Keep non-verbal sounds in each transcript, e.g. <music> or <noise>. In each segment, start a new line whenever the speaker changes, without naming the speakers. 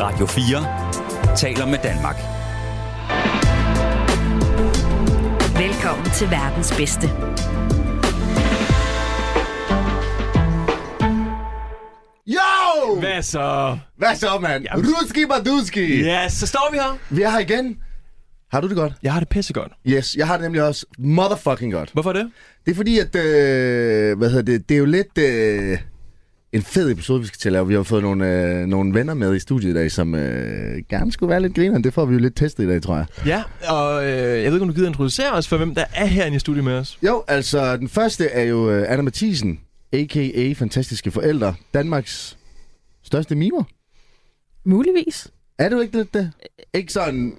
Radio 4 taler med Danmark.
Velkommen til verdens bedste.
Yo!
Hvad så?
Hvad så, mand?
Jamen.
Ruski Baduski!
Ja, yes, så står vi her.
Vi er her igen. Har du det godt?
Jeg har det pissegodt.
Yes, jeg har det nemlig også motherfucking godt.
Hvorfor det?
Det er fordi, at... Øh, hvad hedder det? Det er jo lidt... Øh, en fed episode, vi skal til at lave. Vi har fået nogle, øh, nogle venner med i studiet i dag, som øh, gerne skulle være lidt grineren. Det får vi jo lidt testet i dag, tror jeg.
Ja, og øh, jeg ved ikke, om du gider introducere os for, hvem der er herinde i studiet med os.
Jo, altså, den første er jo øh, Anna Mathisen, a.k.a. Fantastiske Forældre. Danmarks største mimer.
Muligvis.
Er du ikke lidt det? Ikke sådan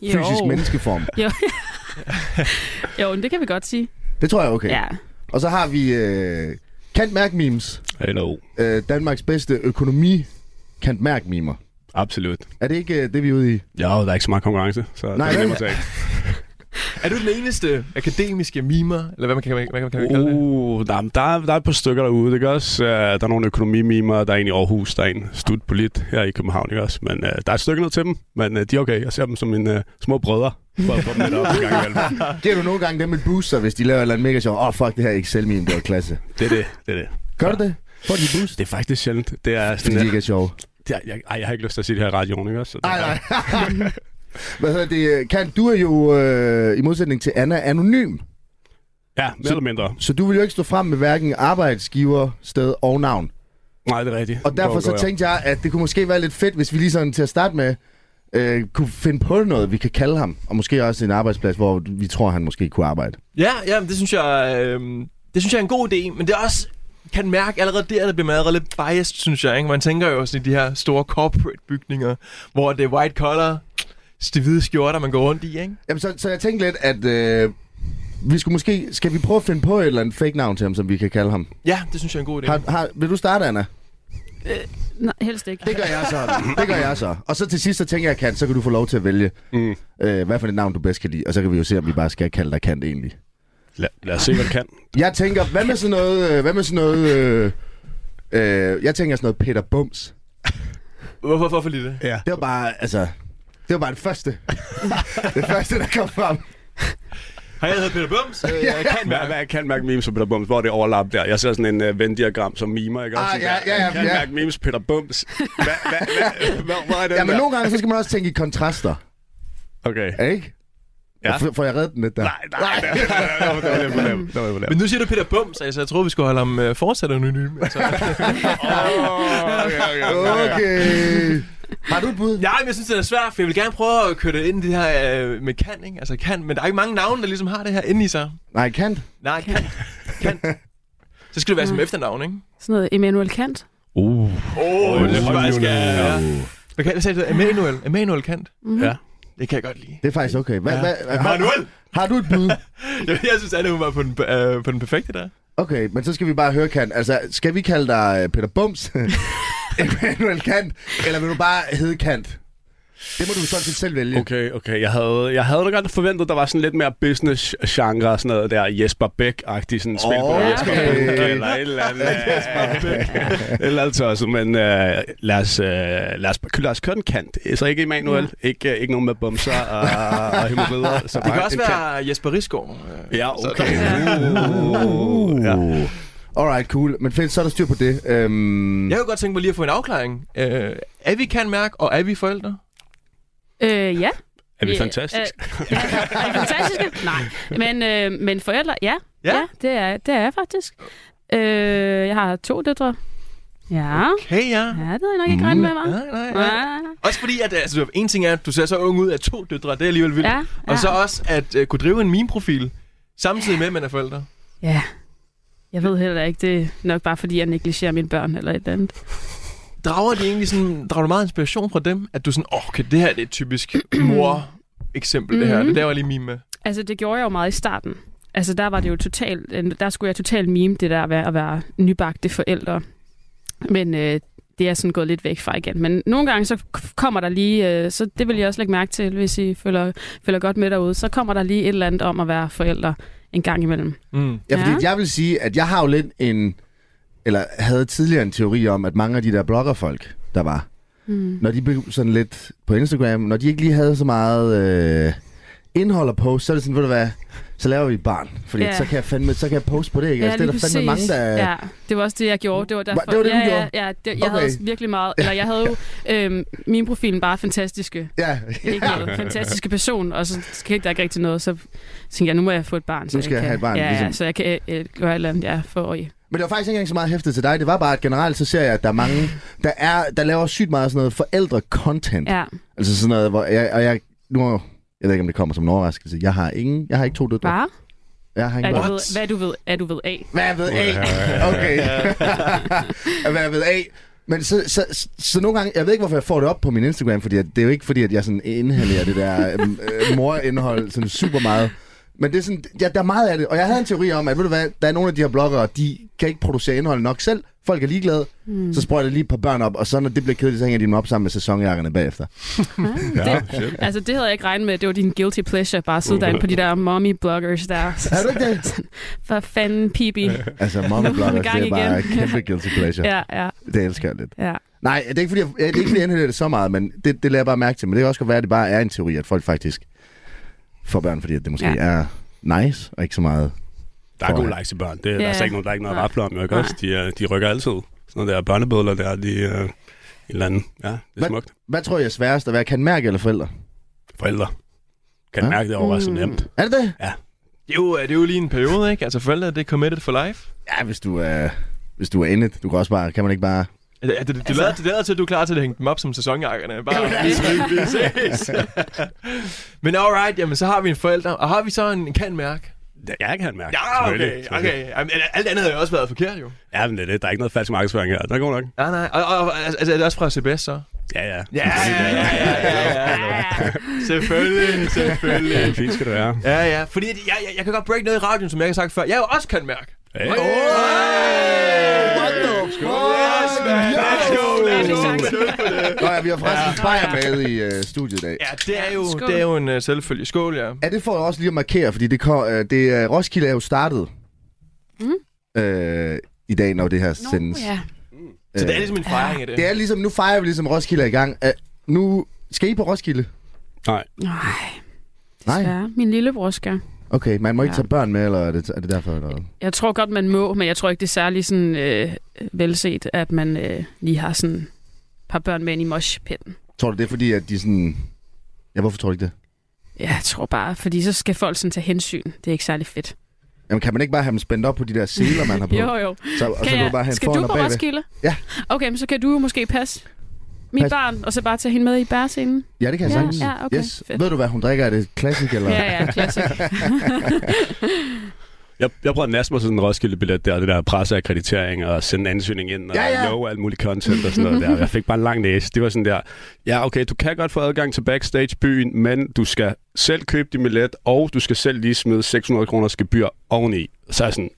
fysisk menneskeform.
Jo, men det kan vi godt sige.
Det tror jeg er okay.
Ja.
Og så har vi øh, Kant Mærk Memes.
Hello.
Øh, Danmarks bedste økonomi Kant Mærk Mimer.
Absolut.
Er det ikke øh, det, vi er ude i?
Ja, der er ikke så meget konkurrence, så
Nej,
det er
nej,
nemt at tage.
Er du den eneste akademiske mimer, eller hvad man kan, man, man kan man kalde det?
Uh, der, der, er, der er et par stykker derude, ikke også? Uh, der er nogle økonomimimer, der er en i Aarhus, der er en stud på lidt her i København, ikke også? Men uh, der er et stykke ned til dem, men uh, de er okay. Jeg ser dem som mine uh, små brødre. For at få dem lidt op en gang imellem.
Giver du nogle gange dem et booster, hvis de laver et eller andet mega sjov? Åh, oh, fuck, det her Excel-meme, det var klasse.
Det er det, det er det.
Gør du det? Får de et boost?
Det er faktisk sjældent. Det er
Fordi
sådan,
de
jeg,
ikke er sjove.
jeg, jeg, ej, jeg har ikke lyst til at sige det her i radioen, ikke også? Så det
Nej,
er-
nej. <laughs> Hvad hedder det? Kan du er jo, øh, i modsætning til Anna, anonym.
Ja, mere
Så-
eller mindre.
Så du vil jo ikke stå frem med hverken arbejdsgiver, sted og navn.
Nej, det er rigtigt.
Og derfor
Hvor
så
går jeg?
tænkte jeg, at det kunne måske være lidt fedt, hvis vi lige sådan til at starte med, øh, kunne finde på noget, vi kan kalde ham. Og måske også en arbejdsplads, hvor vi tror, han måske kunne arbejde.
Ja, ja, men det synes jeg, øh, det synes jeg er en god idé, men det er også kan mærke allerede der, der bliver man allerede lidt biased, synes jeg. Ikke? Man tænker jo også i de her store corporate bygninger, hvor det er white collar, de hvide skjorter, man går rundt i, ikke?
Jamen, så, så jeg tænkte lidt, at øh, vi skulle måske... Skal vi prøve at finde på et eller andet fake navn til ham, som vi kan kalde ham?
Ja, det synes jeg er en god idé.
Har, har, vil du starte, Anna?
Nej, helst ikke.
Det gør jeg så. Det gør jeg så. Og så til sidst, så tænker jeg, Kant, så kan du få lov til at vælge,
Mm.
øh, hvad for et navn du bedst kan lide. Og så kan vi jo se, om vi bare skal kalde dig Kant egentlig.
Lad, lad os se, hvad det kan.
Jeg tænker, hvad med sådan noget... Øh, hvad med sådan noget... Øh, øh, jeg tænker sådan noget Peter Bums.
Hvorfor, hvorfor lige det?
Det var bare, altså... Det var bare det
<laughs>
første. det første, der kom frem.
Har jeg hedder Peter Bums? Øh, jeg kan
Hvad,
mærke.
hvad jeg kan mærke memes og Peter Bums? Hvor er det overlap der? Jeg ser sådan en uh, Venn-diagram som mimer, ikke?
Ah,
Sådan
ja,
der.
ja, ja,
Jeg kan
ja.
mærke memes Peter Bums. Hvad, hvad, hvad, hvad, hvor er den
Ja, men
der?
nogle gange, så skal man også tænke i kontraster,
Okay.
ikke?
Ja.
Og f- Får jeg reddet den lidt der?
Nej, nej, nej. Det var lidt for nemt. Det var lidt
Men
for nemt.
nu siger du Peter Bums, altså jeg troede, vi skulle holde ham øh, fortsat <laughs> anonym. Altså.
Åh, okay, okay, okay, okay.
<laughs> Okay. Har du et bud?
Nej, men jeg synes, det er svært, for jeg vil gerne prøve at køre det ind i det her øh, med kan, ikke? Altså kan, men der er ikke mange navne, der ligesom har det her inde i sig.
Nej, Kant.
Nej, kan. kan. Så skal det være som efternavn, ikke?
Sådan noget Immanuel Kant.
Uh.
Åh, oh, det er faktisk...
Ja.
øh, Hvad kan jeg sagde det? Emanuel. Emanuel Kant.
Ja.
Det kan jeg godt lide.
Det er faktisk okay. Hva,
Ja.
hva, har,
Manuel!
har du et bud?
<laughs> Jeg, jeg synes, Anne, hun var på den, øh, på den perfekte der.
Okay, men så skal vi bare høre Kant. Altså, skal vi kalde dig øh, Peter
<laughs>
Bums? Emmanuel Kant? Eller vil du bare hedde Kant? Det må du sådan set selv vælge.
Okay, okay. Jeg havde, jeg havde da godt forventet, der var sådan lidt mere business-genre og sådan noget der. Jesper Bæk-agtig sådan spil på
Okay.
Jesper Bæk eller et eller andet. <laughs> Jesper Bæk. eller andet tosset, men øh, lad, os, øh, lad, os, lad os køre den kant. Så ikke Emanuel, ikke, øh, ikke nogen med bumser og, og <laughs> hemorrider. Så
Det kan
bare
også
en
være Jesper Risgaard. øh.
kant. Ja, <laughs> okay.
Uh.
Ja.
Alright, cool. Men fedt, så er der styr på det. Øhm,
Jeg kunne godt tænke mig lige at få en afklaring. Øh, er vi kan mærke, og er vi forældre?
Øh, ja.
Er vi
Ja,
fantastisk?
Øh, ja, er I fantastiske? Nej. Men, øh, men forældre, ja.
Ja?
Ja, det er, det er jeg faktisk. Øh, jeg har to døtre. Ja.
Okay, Mm. ja.
Ja, det havde jeg nok ikke regnet med, var.
Nej, nej, nej.
Ja.
Også fordi, at altså, en ting er, at du ser så ung ud af to døtre, det er alligevel vildt.
Ja, ja.
Og så også at øh, kunne drive en meme-profil, samtidig med, at man er forældre.
ja. Jeg ved heller ikke, det er nok bare fordi, jeg negligerer mine børn eller et eller andet.
Drager, de egentlig sådan, drager du meget inspiration fra dem? At du sådan, åh, okay, det her det er et typisk mor-eksempel, det her. Det laver jeg lige meme med.
Altså, det gjorde jeg jo meget i starten. Altså, der var det jo totalt, der skulle jeg totalt mime det der med at være nybagte forældre. Men øh, det er sådan gået lidt væk fra igen. Men nogle gange, så k- kommer der lige, øh, så det vil jeg også lægge mærke til, hvis I følger, følger godt med derude, så kommer der lige et eller andet om at være forældre en gang imellem.
Mm.
Ja, fordi
Ja.
jeg vil sige, at jeg har jo lidt en... Eller havde tidligere en teori om, at mange af de der bloggerfolk, der var,
Mm.
når de blev sådan lidt på Instagram, når de ikke lige havde så meget øh, indhold at poste, så er det sådan, ved du hvad, så laver vi et barn. Fordi
Ja.
så kan jeg fandme, så kan jeg poste på det, ikke? altså, det er der fandme mange, der...
Ja, det var også det, jeg gjorde. Det var, derfor,
det, du
ja,
gjorde?
Ja, ja, det, jeg okay. havde
Okay.
også virkelig meget... Eller jeg havde
<laughs>
jo øhm, min profilen bare fantastiske.
ja.
Ikke noget, fantastiske person, og så skete der ikke rigtig noget. Så tænkte jeg, nu må jeg få et barn. Så
Nu skal jeg
kan,
have et barn,
Ja,
ligesom.
ja, så jeg kan øh, gøre et eller andet, ja, for at...
<laughs> Men det var faktisk ikke engang så meget hæftet til dig. Det var bare, at generelt så ser jeg, at der er mange, der, er, der laver sygt meget sådan noget forældre-content.
Ja,
Altså sådan noget, hvor jeg, og jeg, nu, jeg ved ikke, om det kommer som en overraskelse. Jeg har ingen, jeg har ikke to døtre.
bare,
Jeg har
er
ingen
du
børn.
ved, hvad du ved, er du ved
<laughs>
af.
Hvad ved A? Okay. <laughs> Hvad ved A? Men så, så, så, så nogle gange, jeg ved ikke, hvorfor jeg får det op på min Instagram, fordi at, det er jo ikke fordi, at jeg sådan inhalerer det der øhm, øh, morindhold sådan super meget. Men det er sådan, ja, der er meget af det. Og jeg havde en teori om, at ved du hvad, der er nogle af de her bloggere, de kan ikke producere indhold nok selv. Folk er ligeglade.
Hmm.
Mm. Så sprøjter de lige et par børn op, og så når det bliver kedeligt, så hænger de dem op sammen med sæsonjakkerne bagefter.
Ja,
Ah, Det-
shit.
Altså, det havde jeg ikke regnet med. Det var din guilty pleasure, bare at sidde derinde på de der mommy-bloggers der.
Er du ikke det?
<laughs> For fanden, pibi. <laughs>
Altså, mommybloggers,
gang
det er bare
igen.
kæmpe guilty pleasure.
Ja, ja,
Det elsker jeg lidt.
ja.
Nej, det er ikke fordi, jeg, det er ikke, fordi jeg indhælder det så meget, men det, det lader jeg bare mærke til. Men det kan også godt være, at det bare er en teori, at folk faktisk får børn, fordi at det måske
Ja.
ja. er nice, og ikke så meget.
Der er gode likes i børn. Det, yeah. Der
Ja.
er slet ikke nogen, der er ikke noget
Nej.
rafler om, jo, ikke også? De, øh, de rykker altid. Sådan noget der børnebødler der, de øh, en eller anden. Ja, det er
Hvad-
smukt.
Hvad tror jeg er sværest at være kanmærke eller forældre?
Forældre. Kan
Ja.
ja. mærke, det er overraskende
Mm.
nemt.
Er det det?
Det er, jo, øh, det er jo lige en periode, ikke? Altså forældre, det er committed for life.
Ja, hvis du er... Hvis du er in it, du kan også bare, kan man ikke bare...
Ja, Det, det, det, altså... lader, det lader til, at du er klar til at hænge dem op som sæsonjakkerne. Bare vi ses, vi ses. <laughs> Men alright, jamen, så har vi en forælder. Og har vi så en kan mærke?
Ja, Jeg kan mærke.
Ja, okay,
selvfølgelig.
okay. Jamen, alt andet havde jo også været forkert, jo.
Ja, men det er det. Der er ikke noget falsk markedsføring her. Der er god nok.
Nej, nej. Og, og, og altså, er det også fra CBS, så?
Ja, ja.
Ja, ja, ja, ja, ja, ja. Selvfølgelig,
Ja,
selvfølgelig.
fint skal det være.
Ja, ja. Fordi at jeg, jeg, jeg kan godt break noget i radioen, som jeg ikke har sagt før. Jeg er jo også kan mærke.
Hey.
What the
Yes, man. Let's go, let's go.
Let's
Nå ja, vi har forresten en bajer med i øh, studiet i dag.
Øh, Ja, det er jo,
Skål.
det er jo en uh, selvfølgelig. Skål, ja.
Ja, det får jeg også lige at markere, fordi det, kom, øh, det øh, Roskilde er jo startet mm. øh, i dag, når det her
Nå,
sendes. Øh,
ja.
Så det er ligesom en fejring af det.
Det er ligesom, nu fejrer vi ligesom Roskilde er i gang. Uh, nu skal I på Roskilde?
Nej,
Nej,
Nej.
desværre. Min lillebror skal.
Okay, man må ikke
Ja.
ja. tage børn med, eller er det, er det derfor? Eller? hvad?
Jeg tror godt, man må, men jeg tror ikke, det er særlig sådan, øh, velset, at man øh, lige har sådan et par børn med ind i moshpitten.
Tror du, det er fordi, at de sådan... Ja, hvorfor tror du ikke det?
Ja, jeg tror bare, fordi så skal folk sådan tage hensyn. Det er ikke særlig fedt.
Jamen, kan man ikke bare have dem spændt op på de der seler, man har på?
<laughs> Jo, jo.
Så, og så kan du bare have
skal
en foran og
du på
bagved.
Roskilde?
Ja.
Okay, men så kan du jo måske passe mit
Pas.
barn, og så bare tage hende med i bærescenen.
Ja, det kan jeg
Ja,
sagtens.
ja, okay,
yes.
fedt.
Ved du, hvad hun drikker? Er det klassik, eller?
Ja, ja, klassik. <laughs>
Jeg, jeg prøvede at naste mig sådan en Roskilde-billet der, det der presseakkreditering og sende ansøgning ind og
Ja,
ja,
ja.
ja. love alt muligt content og sådan noget der. Jeg fik bare en lang næse. Det var sådan der, ja okay, du kan godt få adgang til backstage-byen, men du skal selv købe din billet, og du skal selv lige smide 600 kroners gebyr oveni. Så er jeg sådan,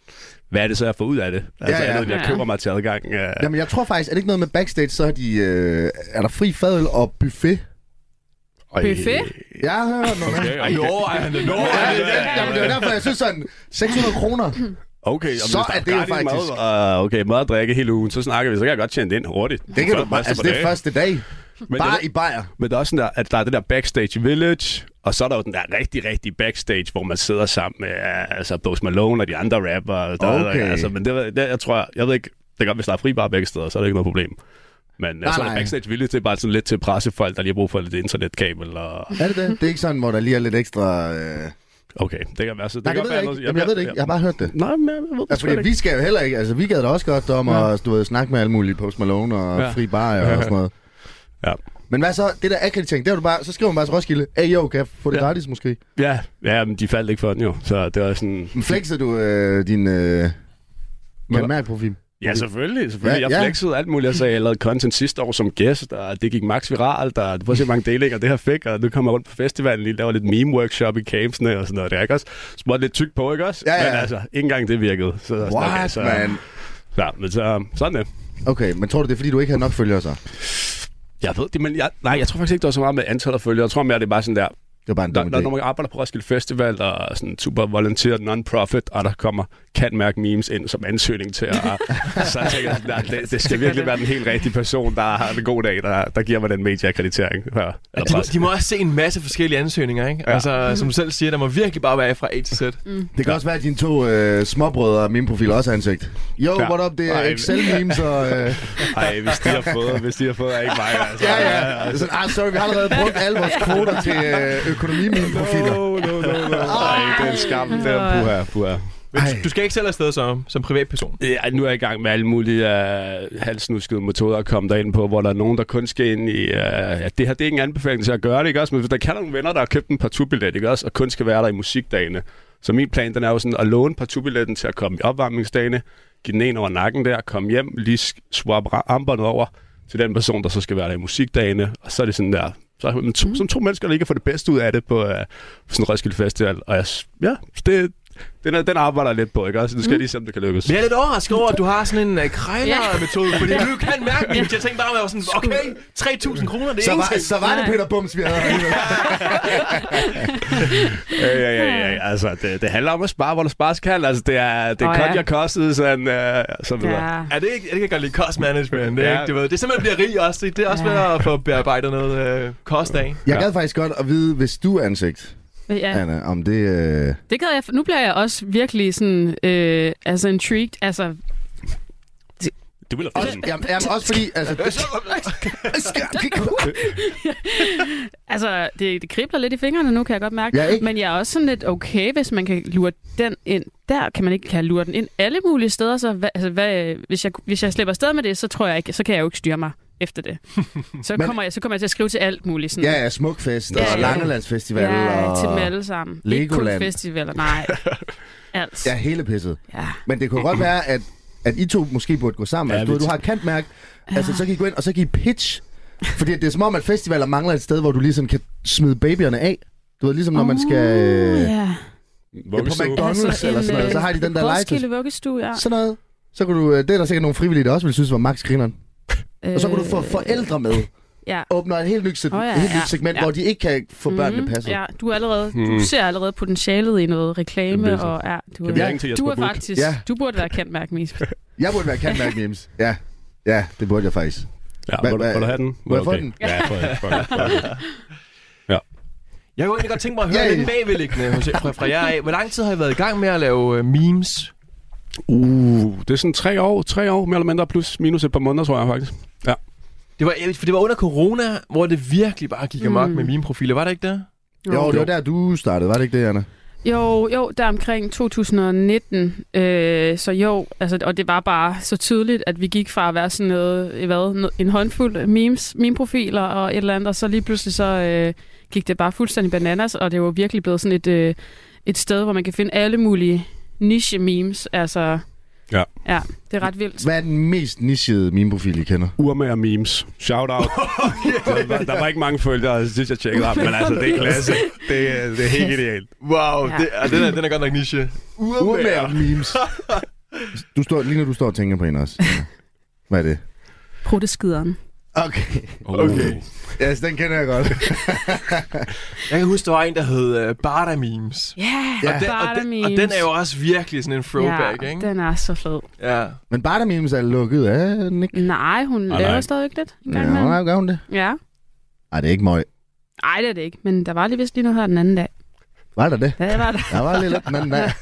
hvad er det så, jeg får ud af det? Altså,
ja.
ja, ja. Andet, jeg
Ja.
køber mig til adgang. Uh, Jamen,
<laughs> Jamen, jeg tror faktisk, er det ikke noget med backstage, så har de, øh, er der fri fadøl og buffet?
Buffet?
Jeg har hørt noget. Okay.
Okay,
Ej,
okay.
jo, ej, han er nå,
Ja,
han
det,
er-
er- jamen, det er derfor, jeg synes sådan, 600 kroner.
Okay,
Så
hvis der
er det jo
gratis
faktisk-
Mad, uh, okay, mad og drikke hele ugen, så snakker vi, så kan jeg godt tjene det ind hurtigt.
Det kan
Før
du bare,
første
altså
par
det er
dage.
første dag.
Men
Bare
der-
i bajer.
Men der er også sådan der, at der er det der backstage village, og så er der jo den der rigtig, rigtig backstage, hvor man sidder sammen med øh, altså Post Malone og de andre rapper. Der,
Okay.
altså, men det, det, jeg tror, jeg ved ikke, det er godt, hvis der er fri bar begge steder, så er det ikke noget problem. Men nej, så er der
nej.
backstage village, det er bare sådan lidt til pressefolk, der lige har brug for lidt internetkabel. Og...
Er det det? Det er ikke sådan, hvor der lige er lidt ekstra... Øh...
Okay, det kan være så.
Nej,
kan
jeg ved
godt være
det ikke.
noget-
Jamen, jeg ved det ikke. Jeg har bare hørt det.
Nej, men jeg ved det
Ja,
sgu da
fordi
ikke.
vi skal jo heller ikke, altså vi gad da også godt om
Ja.
at du ved, snakke med alle mulige Post Malone og ja.
Ja.
Fri Bar og sådan noget.
Ja.
Men hvad så, det der akkreditering, der er du bare, så skriver man bare til Roskilde, hey jo, kan jeg få det ja.
Ja.
gratis måske?
Ja, ja, men de faldt ikke for den jo, så det var sådan...
Men flexer du øh, din øh, kanmærk-profil?
Ja, selvfølgelig. selvfølgelig.
Ja,
Ja, jeg
ja.
flexede alt muligt. Jeg sagde, jeg lavede content sidste år som gæst, og det gik max viralt, og prøv at se, hvor mange delinger det her fik, og nu kommer jeg rundt på festivalen lige, laver lidt meme-workshop i campsene og sådan noget. Det er ikke også småt lidt tyk på, ikke også?
Ja, ja.
Men altså, ikke engang det virkede. Så, sådan,
What,
så,
man?
Ja, men så, sådan det.
Okay, men tror du, det er fordi, du ikke havde nok følgere så? Det
Jeg ved det, men jeg, nej, jeg tror faktisk ikke, det var så meget med antal af følgere. Jeg tror mere, det er bare sådan der,
var bare en
når,
dum
når,
idé.
når man arbejder på Roskilde Festival og er sådan super volontær non-profit, og der kommer kan mærke memes ind som ansøgning til.
<laughs>
Og, så tænker jeg, nej, det, det skal virkelig være den helt rigtige person, der har en god dag, der, der giver mig den medieakkreditering. Ja,
Og De, må- de må også se en masse forskellige ansøgninger, ikke?
Ja.
Ja. Altså, som du selv siger, der må virkelig bare være fra A til Z. Mm.
Det kan også være, at dine to øh, småbrødre og min profil også har ansigt. Jo,
Ja.
ja. what up, det er
Ej.
Excel-memes og... Øh,
Ej, hvis de har fået, hvis de har fået, er ikke mig. Altså.
ja, <laughs> ja. Sådan, ah, sorry, vi har allerede brugt alle vores kvoter til øh, økonomi-meme-profiler.
No, no, no, no. Ej, det er en skam. Det er puha, puha.
Men
Ej.
du, du skal ikke selv afsted som, som privatperson.
Ja, nu er jeg i gang med alle mulige uh, halsnuskede metoder at komme derind på, hvor der er nogen, der kun skal ind i... Uh, ja, det her det er ikke en anbefaling til at gøre det, ikke også? Men hvis der kan nogle venner, der har købt en parturbillet, ikke også? Og kun skal være der i musikdagene. Så min plan, den er jo sådan at låne partubilletten til at komme i opvarmningsdagene, give den en over nakken der, komme hjem, lige sk- swappe ra- armbåndet over til den person, der så skal være der i musikdagene. Og så er det sådan der... Så er man to, som to mennesker, der ikke får det bedste ud af det på, uh, på sådan en Roskilde Festival. Og jeg, s- ja, det, den, er, den arbejder jeg lidt på, ikke også? Nu skal jeg lige se, om det kan lykkes.
Men jeg er lidt overrasket over, at du har sådan en uh, krejler-metode, fordi
Ja.
du kan mærke min. Jeg tænkte bare, at jeg var sådan, okay, 3.000 kroner, det er
Så var,
ingenting.
så var det
Nej.
Peter Bums, vi havde.
Øh, ja, ja, ja, altså, det, det handler om at spare, hvor der spares kan. Altså, det er, det er
Åh,
oh,
ja.
ja. jeg kostede, sådan, øh, så videre. Ja.
Ja.
Ja, det, er ikke, det kan jeg godt lide cost management. Det er,
Ja.
ikke, du ved, det er simpelthen at blive rig også. Det det er også
Ja.
ved at få bearbejdet noget øh, kost af.
Jeg gad faktisk godt at vide, hvis du er ansigt,
ja.
Anna, om det... Øh,
Det gad jeg. Nu bliver jeg også virkelig sådan, øh, altså intrigued. Altså,
Du vil have
også, jamen, jamen, også fordi... Altså,
altså det, det kribler lidt i fingrene nu, kan jeg godt mærke.
Ja, ikke?
Men jeg er også sådan lidt okay, hvis man kan lure den ind der. Kan man ikke kan lure den ind alle mulige steder? Så hvad, altså, hvad, hvis, jeg, hvis jeg slipper afsted med det, så tror jeg ikke, så kan jeg jo ikke styre mig
<laughs>
efter det. Så,
Men-
kommer, jeg, så kommer jeg til at skrive til alt muligt. Sådan,
ja, ja, Smukfest
Ja,
og
ja.
Langelandsfestival
ja,
og...
til dem alle sammen. Ikke
Legoland.
kun festivaler,
<laughs>
nej. Alt.
Ja, hele pisset.
ja.
Men det kunne godt være, at, at I to måske burde gå sammen.
Ja,
Ja, altså, du,
vi-
ved, du har et kantmærke, altså, så kan I gå ind, og så kan I pitch. Fordi det er som om, at festivaler mangler et sted, hvor du ligesom kan smide babyerne af. Du ved, ligesom når man skal
Uh,
øh,
ja.
ja, på McDonald's
Altså,
eller
en,
sådan noget, så har de den der legetøds.
Roskilde vuggestue, ja.
Sådan noget. Så kunne du, øh, det er der sikkert nogle frivillige, der også vil synes var max grineren. Og så kunne du få
Øh,
forældre med.
Ja.
Åbner et helt nyt, se-
Åh, ja,
helt
ja,
nyt segment,
ja.
hvor de ikke kan få børnene
Mhm,
passet.
Ja, du, er allerede,
Mhm.
du ser allerede potentialet i noget reklame,
Jamen, det er
og ja, du,
Kan vi
er,
ringe til
du
Jesper
er
Buch?
faktisk,
Ja.
du burde være kendt mærke mest.
Jeg burde være kantmærke memes. Ja. Ja, det burde jeg faktisk.
Ja,
Hva-
må, du-
hva-
må du have den?
må jeg få
Okay.
den?
Ja, jeg får den. Får den,
<laughs>
får den.
Jeg kunne egentlig godt tænke mig at høre
Ja, ja.
lidt bagvedliggende hos, fra, fra jer af. Hvor lang tid har I været i gang med at lave øh, memes?
Uh, det er sådan tre år, tre år, mere eller mindre, plus minus et par måneder, tror jeg faktisk.
Det var, jeg- for det var under corona, hvor det virkelig bare gik amok
Mm.
med meme-profiler. Var det ikke det?
Jo, det var der, du startede, var det ikke det, Anna?
Jo, jo, der omkring 2019. Øh, så jo, altså, og det var bare så tydeligt, at vi gik fra at være sådan noget, eh, hvad, no- en håndfuld memes, meme-profiler og et eller andet, og så lige pludselig så øh, gik det bare fuldstændig bananas, og det var virkelig blevet sådan et, øh, et sted, hvor man kan finde alle mulige niche-memes. Altså,
Ja.
ja, det er ret vildt.
Hvad er den mest nichede meme-profil, I kender?
Urmager memes. Shout <laughs> out. der, var, der var ikke mange følgere, sidst jeg tjekkede op, men altså, det <laughs> er klasse. Det, er- det er helt idealt.
Wow,
Ja.
det, ah, den, er, den er godt nok niche.
Urmager memes. Du står, lige når du står og tænker på en også. Anna. Hvad er det?
Proteskideren.
Okay.
Okay.
Ja, yes, den kender jeg godt.
Jeg kan huske, der var en, der hed uh, Barda Memes.
Yeah,
Ja.
ja,
Og, den, og, den, og den er jo også virkelig sådan en throwback,
ja,
ikke?
den er så fed.
Ja.
Men Barda memes er lukket, er den ikke?
Nej, hun
Nej,
nej, laver
nej.
nej. stadigvæk lidt. en gang
Ja,
imellem.
nej, gør hun det?
ja.
Nej, det er ikke møg.
Ej, det er det ikke, men der var lige vist lige noget her den anden dag.
Var der det?
Hvad var det?
Der var lidt lidt, men nej.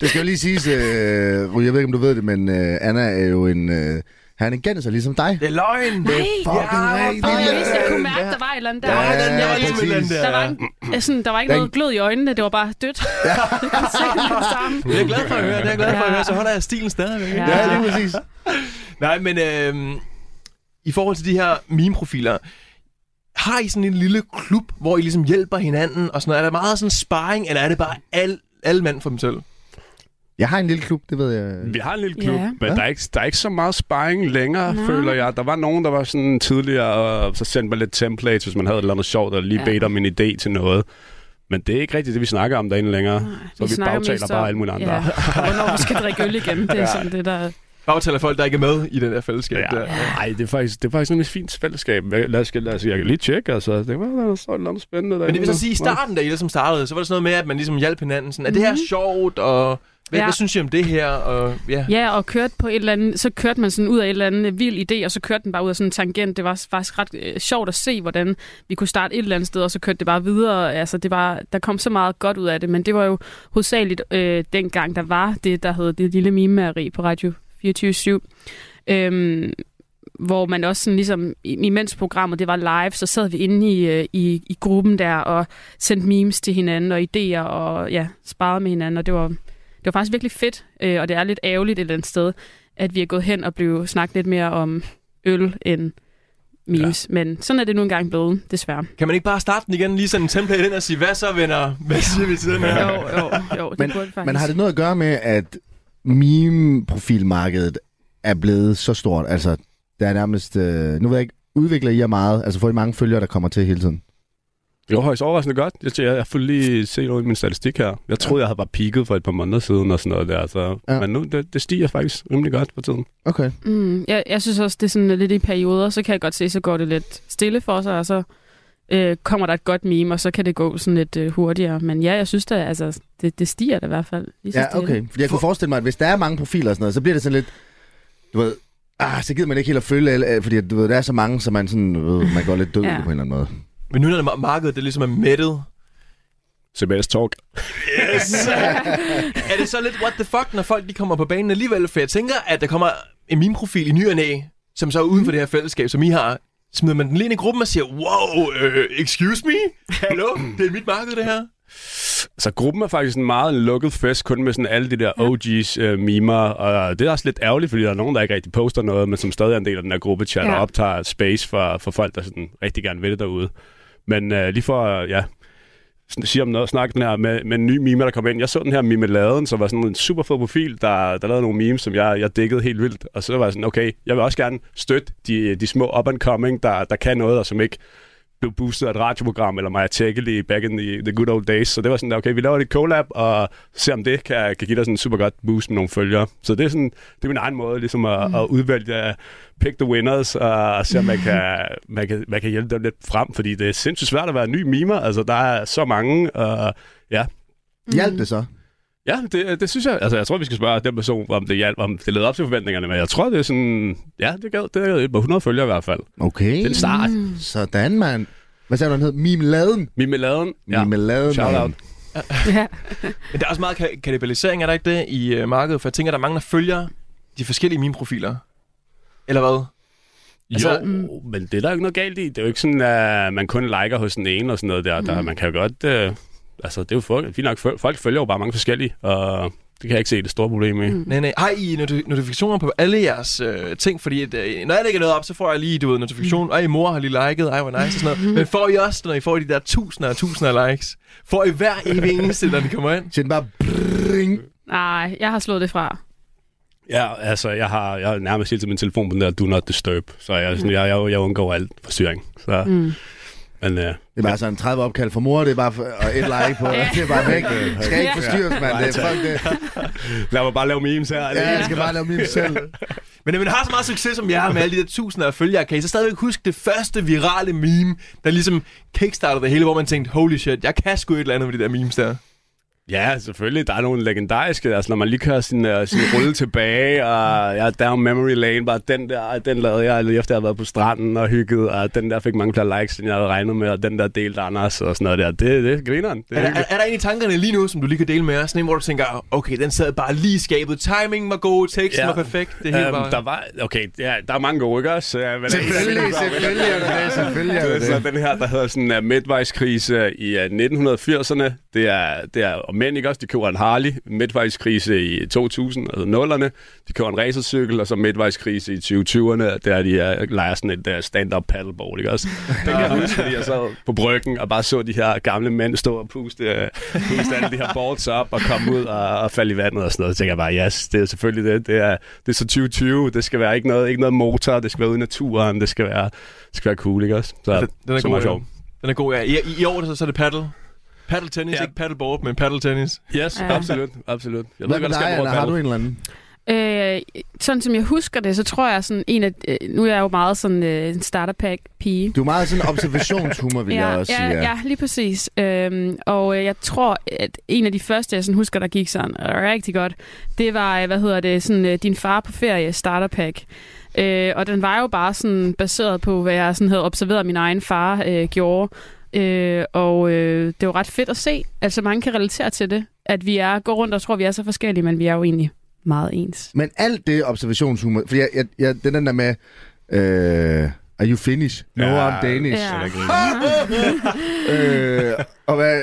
Det skal jo lige siges, øh, Ry, jeg ved ikke, om du ved det, men øh, Anna er jo en... Øh, han er en genser, ligesom dig.
Det er løgn!
Nej,
fucking
Ja,
rigtigt,
<laughs> Åh, jeg
mand.
vidste, jeg kunne mærke,
Ja.
der var et eller andet
Der
der.
var
Ja,
den, der var
ja,
ligesom den
præcis.
der.
Der var, en, ja, sådan, der var ikke
Den-
noget glød i øjnene, det var bare dødt. Ja. <laughs> det kom sikkert med det samme.
Det er jeg glad for at høre, det er jeg glad for at
Ja.
høre, så holder jeg stilen stadigvæk. ikke?
Ja.
Ja, lige præcis.
Nej, men øh, i forhold til de her meme-profiler, har I sådan en lille klub, hvor I ligesom hjælper hinanden og sådan noget? Er der meget sådan sparring, eller er det bare al, alle mand for dem selv?
Jeg har en lille klub, det ved jeg.
Vi har en lille klub,
Ja.
ja. men der er, ikke, der er ikke så meget sparring længere,
Nå.
no. føler jeg. Der var nogen, der var sådan tidligere, og så sendte man lidt templates, hvis man havde et eller andet sjovt, og lige
Ja.
ja. bedte om en idé til noget. Men det er ikke rigtigt det, vi snakker om derinde længere.
Nej,
Så vi
snakker
bagtaler
mest
bare alle mulige andre.
Ja, og hvornår vi skal drikke øl igen, det er sådan det, der
bagtaler folk, der ikke er med i den der fællesskab.
Ja,
Der.
nej, det er faktisk, det er faktisk nemlig et fint fællesskab. Hvad- Lad os, lad os, jeg kan lige tjekke, altså. Det var der så noget spændende.
Men det vil så
derinde.
sige, at i starten, da I ligesom startede, så var der sådan noget med, at man ligesom hjalp hinanden. Sådan, er det her
Mhm.
sjovt, og hvad, ja.
Ja.
hvad synes I om det her? Og, ja.
Ja, og kørte på et eller andet, så kørte man sådan ud af et eller andet vild idé, og så kørte den bare ud af sådan en tangent. Det var faktisk ret øh, sjovt at se, hvordan vi kunne starte et eller andet sted, og så kørte det bare videre. Altså, det var, der kom så meget godt ud af det, men det var jo hovedsageligt øh, dengang, der var det, der hed det lille mimemageri på Radio 24 øhm, hvor man også sådan ligesom, i- imens programmet det var live, så sad vi inde i, øh, i, i gruppen der og sendte memes til hinanden og idéer og ja, sparede med hinanden, og det var, det var faktisk virkelig fedt, øh, og det er lidt ærgerligt et eller andet sted, at vi er gået hen og blevet snakket lidt mere om øl end memes, ja. men sådan er det nu engang blevet, desværre.
Kan man ikke bare starte den igen, lige sådan en template ind og sige, hvad så venner, hvad siger vi til den her?
Jo, jo,
<laughs>
jo, det burde faktisk.
Men har det noget at gøre med, at meme-profilmarkedet er blevet så stort? Altså, der er nærmest... Øh, nu ved jeg ikke, udvikler I jer meget? Altså, får I mange følgere, der kommer til hele tiden?
Det var faktisk overraskende godt. Jeg, jeg, jeg har fået lige set noget i min statistik her. Jeg troede, jeg havde bare peaked for et par måneder siden og sådan noget der. Så,
Ja.
ja. Men nu, det, det stiger faktisk rimelig godt for tiden.
Okay.
Mm, jeg, jeg synes også, det er sådan lidt i perioder, så kan jeg godt se, så går det lidt stille for sig, og så øh, kommer der et godt meme, og så kan det gå sådan lidt øh, hurtigere. Men ja, jeg synes da, altså, det, det stiger da i hvert fald. Lige så
Ja,
stille.
okay. Fordi jeg kunne forestille mig, at hvis der er mange profiler og sådan noget, så bliver det sådan lidt... Du ved, ah, så gider man ikke helt at følge, alle- øh, fordi du ved, der er så mange, så man sådan, du ved, man går lidt død ja.
Ja.
på en eller anden måde.
Men nu når det- markedet det ligesom er mættet,
CBS Talk.
Yes! <laughs> er det så lidt what the fuck, når folk de kommer på banen alligevel? For jeg tænker, at der kommer en min profil i ny og næ, som så er uden for det her fællesskab, som I har. Smider man den lige ind i gruppen og siger, wow, øh, excuse me? Hallo? Det er mit marked, det her.
Så gruppen er faktisk en meget lukket fest, kun med sådan alle de der OG's øh, mimer, og det er også lidt ærgerligt, fordi der er nogen, der ikke rigtig poster noget, men som stadig er en del af den der gruppechat ja.
Ja.
og optager space for, for folk, der sådan rigtig gerne vil det derude. Men øh, lige for at ja, sådan sige om noget, snakke den her med, med en ny mime, der kom ind. Jeg så den her mime laden, som var sådan en super fed profil, der, der lavede nogle memes, som jeg, jeg dækkede helt vildt. Og så var jeg sådan, okay, jeg vil også gerne støtte de, de små up and coming, der, der kan noget, og som ikke blev boostet af et radioprogram, eller Maja Tjekkeli back in the, the good old days. Så det var sådan, okay, vi laver et collab, og ser om det kan, kan give dig sådan en super godt boost med nogle følgere. Så det er sådan, det er min egen måde ligesom at, mm. at udvælge, pick the winners, uh, og se om man kan, man, kan, man kan hjælpe dem lidt frem, fordi det er sindssygt svært at være ny mimer. Altså, der er så mange, og ja,
Mm-hmm.
Hjalp det så?
Ja, det, det synes jeg. Altså, jeg tror, vi skal spørge den person, om det hjalp, om det levede op til forventningerne, men jeg tror, det er sådan... Ja, det gav, det gav et par 100 følgere i hvert fald.
Okay.
Det er en start. Mm.
Sådan, mand. Hvad sagde du, han hed? Mimeladen?
Mimeladen. Ja.
Mimeladen.
Shout out.
Ja.
Men der er også meget ka- kannibalisering, er der ikke det, i øh, markedet? For jeg tænker, der er mange, der følger de forskellige mine profiler. Eller hvad?
Jo,
Altså,
altså, men det er der jo ikke noget galt i. Det er jo ikke sådan, at man kun liker hos den ene og sådan noget der. der man kan jo godt... Øh, altså, det er jo folk, fint nok. Folk- Folk følger jo bare mange forskellige, og det kan jeg ikke se det store problem i. Mm.
Nej, nej. Har I noti- notifikationer på alle jeres øh, ting? Fordi at, øh, når jeg lægger noget op, så får jeg lige, du ved, notifikation. Ej, mor har lige liket. Ej, hvor nice og sådan noget. Men får I også, når I får de der tusinder og tusinder af likes? Får I hver evig eneste, når den kommer ind?
Så den bare bring.
Nej, jeg har slået det fra.
Ja, altså, jeg har, jeg har nærmest hele tiden min telefon på den der Do Not Disturb, så jeg, sådan, jeg, jeg, jeg undgår alt forstyrring. Så, mm. Men øh,
Det er bare sådan 30 opkald fra mor, det er bare for, og et like
<laughs>
på, det er bare væk. Skal ikke
Ja.
forstyrres, mand. Det er fuck
<laughs>
det.
lad mig bare lave memes her.
Ja, jeg skal bare lave min selv.
<laughs> Men når man har så meget succes som jeg har med alle de der tusinder af følgere, kan I så stadigvæk huske det første virale meme, der ligesom kickstartede det hele, hvor man tænkte, holy shit, jeg kan sgu et eller andet med de der memes der.
Ja, selvfølgelig. Der er nogle legendariske, altså når man lige kører sin, uh, sin rulle tilbage, og ja, down memory lane, bare den der, og den lavede jeg lige efter, jeg havde været på stranden og hygget, og den der fik mange flere likes, end jeg havde regnet med, og den der delte Anders og sådan noget der. Det, det er grineren. Det
Er, der-
er
er,
hyggeligt.
er der en i tankerne lige nu, som du lige kan dele med os? Sådan en, hvor du tænker, okay, den sad bare lige i skabet. Timingen var god, teksten
Ja.
var perfekt. Det hele
Øhm,
var...
der var, okay, ja, der er mange gode, ikke også? Ja, men-
Selvfølgelig, selvfølgelig er det det. Selvfølgelig er
<laughs> Det
det
er så
det.
den her, der hedder sådan uh, midtvejskrise i uh, 1980'erne. Det er, det er og mænd, ikke også? De køber en Harley. Midtvejskrise i 2000, altså nullerne. De køber en racercykel, og så midtvejskrise i 2020'erne. Der de uh, leger sådan et uh, stand-up paddleboard, ikke også? Det kan jeg huske, fordi jeg sad på bryggen og bare så de her gamle mænd stå og puste, uh, puste alle de her boards op og komme ud og, og falde i vandet og sådan noget. Så tænker jeg bare, yes, det er selvfølgelig det. Det er, det er så 2020. Det skal være ikke noget, ikke noget motor. Det skal være ude i naturen. Det skal være, det skal være cool, ikke også? Så
Den, den er
så
god,
meget
ja.
sjov.
Den er god, ja. I, i, i år så, så er det paddle. Paddle tennis, ja.
Ja.
ikke paddleboard, men paddle tennis.
Yes,
Ja.
absolut, absolut.
Hvad
Jeg
med
godt, der
dig,
skal
Anna? Har
bruge
du en eller anden?
Øh, sådan som jeg husker det, så tror jeg sådan en af... Øh, nu er jeg jo meget sådan øh, en starterpack-pige.
Du er meget sådan en observationshumor, vil jeg også
ja,
sige.
ja, lige præcis. Øhm, og øh, jeg tror, at en af de første, jeg sådan husker, der gik sådan rigtig godt, det var, øh, hvad hedder det, sådan øh, din far på ferie starterpack. Øh, og den var jo bare sådan baseret på, hvad jeg sådan havde observeret, min egen far øh, gjorde. Øh, og øh, det var ret fedt at se. Altså, mange kan relatere til det, at vi er går rundt og tror, vi er så forskellige, men vi er jo egentlig meget ens.
Men alt det observationshumor, for jeg, jeg, jeg, den der med, øh, are you Finnish? No,
Ja.
I'm Danish.
Ja.
<laughs> Øh, og hvad,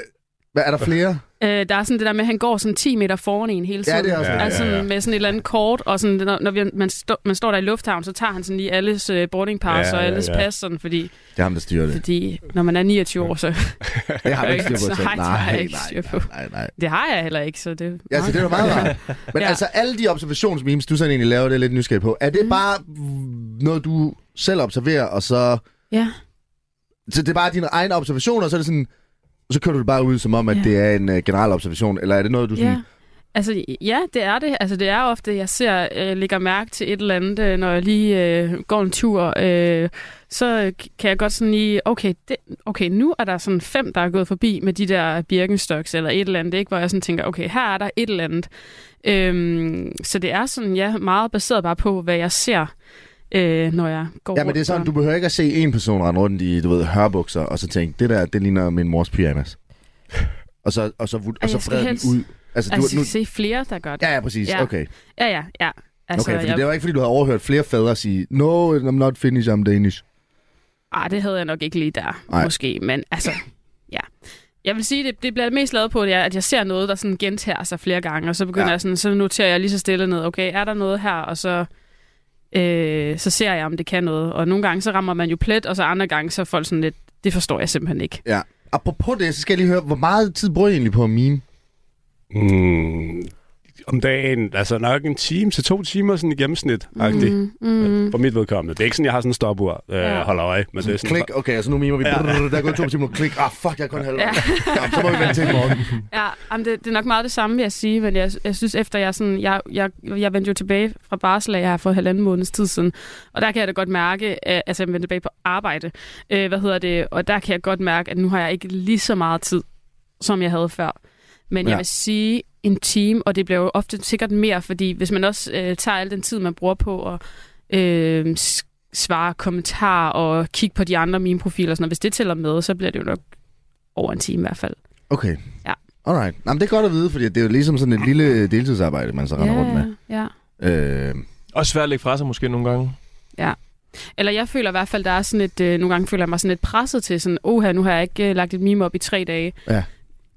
hvad, er der flere?
Øh, der er sådan det der med, at han går sådan 10 meter foran en hele tiden.
Ja, det er også
Ja,
ja,
Altså
ja.
sådan med sådan et eller andet kort, og sådan, når, når vi, man, stå, man står der i lufthavn, så tager han sådan lige alles uh, boarding pass ja,
Ja,
og
ja,
alles
ja.
ja. pas, sådan, fordi,
Det er ham, der styrer det.
fordi når man er 29 år, så <laughs>
Jeg har
det er
ikke styr på
ikke-
det. selv.
nej, det har jeg ikke styr
nej,
på.
nej, nej.
det har jeg heller ikke, så det
Ja, så det er jo meget rart. Men ja.
Ja.
altså, alle de observationsmemes, du sådan egentlig laver, det er jeg lidt nysgerrig på. Er det mm. bare noget, du selv observerer, og så...
<laughs> Ja,
Så det er bare dine egne observationer, og så er det sådan... Så kører du det bare ud, som om, at
Ja.
det er en uh, generel observation, eller er det noget, du sådan...
ja. Altså, ja, det er det. Altså, det er ofte, jeg ser, øh, lægger mærke til et eller andet, øh, når jeg lige øh, går en tur, øh, så øh, kan jeg godt sådan lige, okay, det, okay, nu er der sådan fem, der er gået forbi med de der Birkenstocks eller et eller andet, ikke? hvor jeg sådan tænker, okay, her er der et eller andet. Øhm, så det er sådan, ja, meget baseret bare på, hvad jeg ser, øh, når jeg går
Ja, men det er
rundt
sådan,
og-
du behøver ikke at se en person rende rundt i, du ved, hørbukser, og så tænke, det der, det ligner min mors pyjamas. Og så, og så, vud- og
Ej,
så
jeg skal
frede den
helst-
ud. Altså,
Altså,
du, nu,
jeg kan se flere, der gør det.
ja, ja, præcis.
Ja.
Okay.
Ja, ja, ja. Altså,
Okay, fordi
jeg,
det var ikke, fordi du havde overhørt flere fædre sige, no, I'm not Finnish, I'm Danish.
Ah, det havde jeg nok ikke lige der,
Nej.
Ej. måske, men altså, ja. Jeg vil sige, det, det bliver mest lavet på, det er, at jeg ser noget, der sådan gentager sig flere gange, og så begynder
Ja.
ja. jeg sådan, så noterer jeg lige så stille ned, okay, er der noget her, og så, øh, så ser jeg, om det kan noget. Og nogle gange, så rammer man jo plet, og så andre gange, så er folk sådan lidt, det forstår jeg simpelthen ikke.
Ja. Apropos det, så skal jeg lige høre, hvor meget tid bruger I egentlig på at meme?
Mm, om dagen, altså nok en time til to timer sådan i gennemsnit, mm.
Mm.
for mit vedkommende. Det er ikke sådan, jeg har sådan en stopur, øh,
Ja.
holder øje, men det er sådan...
Klik, okay, altså nu mimer vi. Brrr, der er gået to timer. Klik, ah fuck, jeg er kun halv. Ja.
Ja.
så må vi vente til i morgen.
Ja, jamen det, det er nok meget det samme, vil jeg sige, men jeg, jeg synes efter, jeg, sådan, jeg, jeg, jeg vendte jo tilbage fra barsel, af, jeg har fået halvanden måneds tid siden, og der kan jeg da godt mærke, at, altså jeg vendte tilbage på arbejde, øh, hvad hedder det, og der kan jeg godt mærke, at nu har jeg ikke lige så meget tid, som jeg havde før. Men
Ja.
ja. jeg vil sige en time, og det bliver jo ofte sikkert mere, fordi hvis man også øh, tager al den tid, man bruger på at øh, s- svare kommentarer og kigge på de andre mine profiler og sådan noget, hvis det tæller med, så bliver det jo nok over en time i hvert fald.
Okay.
Ja.
Alright. Jamen, det er godt at vide, fordi det er jo ligesom sådan et lille deltidsarbejde, man så render rundt med.
ja.
Øh,
Også svært at lægge fra sig måske nogle gange.
Eller jeg føler i hvert fald, der er sådan et, øh, nogle gange føler jeg mig sådan lidt presset til sådan, oha, nu har jeg ikke øh, lagt et meme op i tre dage.
Ja.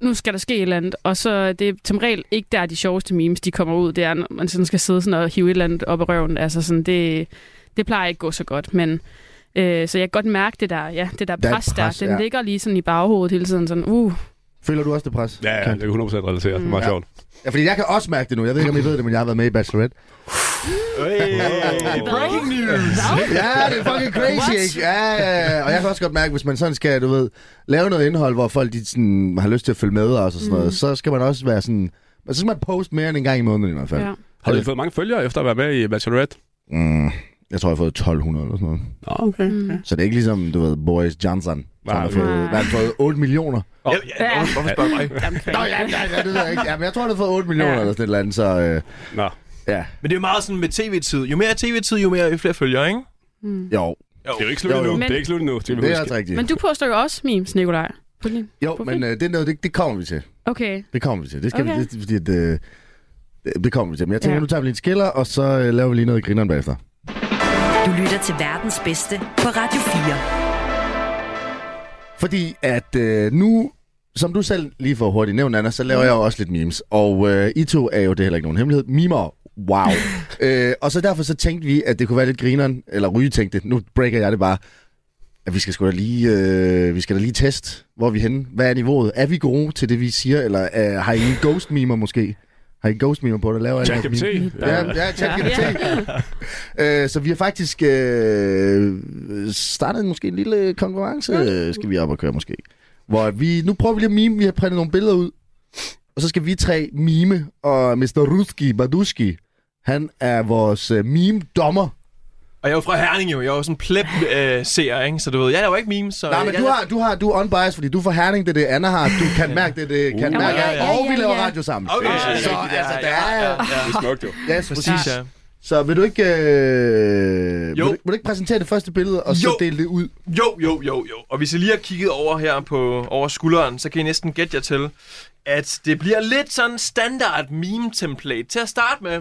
Nu skal der ske et eller andet. Og så øh, det er som regel ikke der, de sjoveste memes, de kommer ud. Det er, når man sådan skal sidde sådan og hive et eller andet op i røven. Altså sådan, det, det plejer ikke at gå så godt, men... Øh, så jeg kan godt mærke det der, ja, det der,
Der er et
pres,
pres,
der. Den
ja.
ligger lige sådan i baghovedet hele tiden, sådan, uh,
føler du også det pres?
Ja, ja, det kan 100% relatere. Det er meget
Ja.
sjovt.
ja. fordi jeg kan også mærke det nu. Jeg ved ikke, om I ved det, men jeg har været med i Bachelorette.
Hey, breaking news!
Ja, det er fucking crazy,
What?
ikke? Ja, ja, ja. og jeg kan også godt mærke, hvis man sådan skal, du ved, lave noget indhold, hvor folk de sådan, har lyst til at følge med os og sådan mm. noget, så skal man også være sådan... Så skal man poste mere end en gang i måneden i hvert fald.
ja.
Har du fået mange følgere efter at være med i Bachelorette?
Mm, jeg tror, jeg har fået 1200 eller sådan noget.
Nå, okay.
Mm.
Så det er ikke ligesom, du ved, Boris Johnson, som
Nej,
har
okay.
fået,
Nej.
hvad, har fået 8 millioner.
Oh. Ja, ja, hvorfor spørger mig?
Nå, ja, ja, ja, det ved jeg ikke. Ja, men jeg tror, han har fået 8 millioner ja.
Ja.
eller sådan et eller andet, så... Øh,
Nå.
ja,
Men det er jo meget sådan med tv-tid. Jo mere tv-tid, jo mere jo flere følger, ikke?
Mm.
jo.
Det er jo ikke slut
Jo, jo.
endnu.
Men-
Det er ikke slut endnu. Det, kan vi
Det er
huske.
altså rigtigt.
Men du påstår jo også memes, Nikolaj. på din-
Jo,
profil.
men øh, det, er noget, det, det kommer vi til.
Okay.
Det kommer vi til. Det skal okay.
Okay.
vi, det, fordi at, øh, det, det kommer vi til. Men jeg tænker, ja.
Ja.
nu tager vi lige en skiller, og så øh, laver vi lige noget grineren bagefter.
Du lytter til verdens bedste på Radio 4.
Fordi at øh, nu, som du selv lige for hurtigt nævnt, Anna, så laver jeg jo også lidt memes. Og øh, I to er jo, det er heller ikke nogen hemmelighed, mimer. Wow. øh, og så derfor så tænkte vi, at det kunne være lidt grineren, eller Ryge tænkte, nu breaker jeg det bare, at vi skal sgu da lige, øh, vi skal da lige teste, hvor er vi henne. Hvad er niveauet? Er vi gode til det, vi siger? Eller øh, har I en ghost mimer måske? Har I en ghost mimer på det? Laver jeg
Jack GPT.
Ja, ja, ChatGPT. Ja. Øh, så vi har faktisk øh, startet måske en lille konkurrence, øh, skal vi op og køre måske. Hvor vi, nu prøver vi lige at mime, vi har printet nogle billeder ud. Og så skal vi tre mime, og Mr. Ruski Baduski, Han er vores øh, meme-dommer.
Og jeg er jo fra Herning jo, jeg er jo sådan en pleb-seer, ikke? Så du ved, jeg laver ikke memes, så...
Nej, men
jeg,
du, har, du, har, du er unbiased, fordi du er fra Herning, det er det, Anna har. Du kan mærke det, det kan
Uh.
mærke.
Ja, ja,
og vi
ja,
laver
ja.
radio sammen.
Okay,
Øh,
ja, det er
så
rigtigt,
altså,
ja,
der
ja,
er...
ja, ja.
Det er smukt jo.
Yes,
Præcis, ja.
Så vil du ikke, øh, vil
Jo.
du, ikke- vil du ikke præsentere det første billede, og så
Jo.
dele det ud?
Jo, jo, jo, jo. Og hvis I lige har kigget over her på over skulderen, så kan I næsten gætte jer til, at det bliver lidt sådan standard meme-template til at starte med.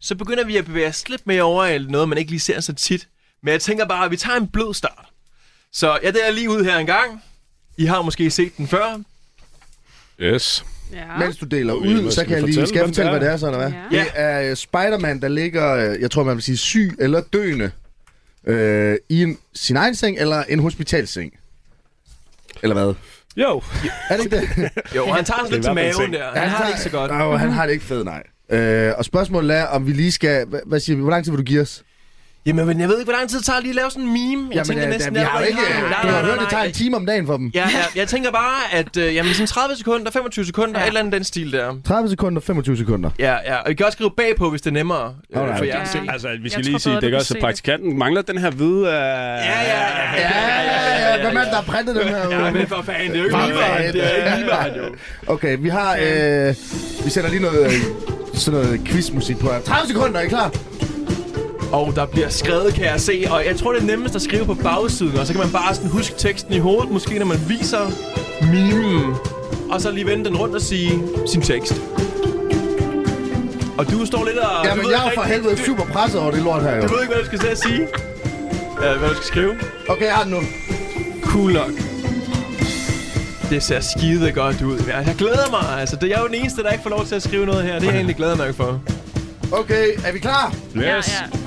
Så begynder vi at bevæge os lidt mere over i noget, man ikke lige ser så tit. Men jeg tænker bare, at vi tager en blød start. Så jeg deler lige ud her en gang. I har måske set den før.
Yes.
Ja.
Mens du deler
Okay,
ud,
hvad
så
altså,
skal
kan jeg
vi
lige...
fortælle,
Skal jeg
hvem
fortælle,
det
hvad
er?
det er, så, eller hvad?
Ja.
Det er øh, Spider-Man, der ligger, øh, jeg tror, man vil sige syg eller døende, øh, i en, sin egen seng eller en hospitalseng. Eller hvad?
Jo.
Er det ikke det?
<laughs> Jo,
<laughs>
han tager sig
Det er
lidt til
i hvert fald
maven
en ting.
der. Han har det ikke så godt.
Nej, han har det ikke fedt, nej. Øh, og spørgsmålet er, om vi lige skal... Hvad, hvad siger vi? Hvor lang tid vil du give os?
Jamen, men jeg ved ikke, hvor lang tid det tager lige at lave sådan en meme. Jeg tænker
øh,
næsten,
vi har jo
allerede,
ikke...
I
Du
har-
har hørt, det tager en time om dagen for dem.
Ja, ja, jeg tænker bare, at øh, jamen, sådan 30 sekunder, 25 sekunder, ja. et eller andet den stil der.
30 sekunder, 25 sekunder.
Ja, ja. Og I kan også skrive bagpå, hvis det er nemmere øh,
Alright.
for jer.
Ja.
at se.
Altså,
Altså, vi
Jeg
skal
tror
lige
bedre,
sige,
du
det ikke
kan
også,
se
at
det.
praktikanten mangler den her hvide... Uh...
Ja, ja, ja.
Ja, ja, ja. Hvem er det, der har printet den her?
Ja, men for fanden, det er jo ikke
For
lige vejen. Det er ikke lige vejen, jo.
Okay, vi har... Øh, vi sætter lige noget... Øh, sådan noget quizmusik på her. 30 sekunder, er I klar?
Og der bliver skrevet, kan jeg se. Og jeg tror, det er nemmest at skrive på bagsiden, og så kan man bare sådan huske teksten i hovedet, måske når man viser mimen. Og så lige vende den rundt og sige sin tekst. Og du står lidt og...
Jamen,
du ved
jeg er jo
ikke
for
rigtig-
helvede
du-
super presset over det lort her, jo.
Du ved ikke, hvad du skal til at sige. Ja, hvad du skal skrive.
Okay, jeg har den nu.
Cool nok. Det ser skide godt ud. Jeg jeg glæder mig. Altså, det, jeg er jo den eneste, der ikke får lov til at skrive noget her. Det er jeg egentlig glad nok for.
Okay, er vi klar?
Ja,
Yes.
ja.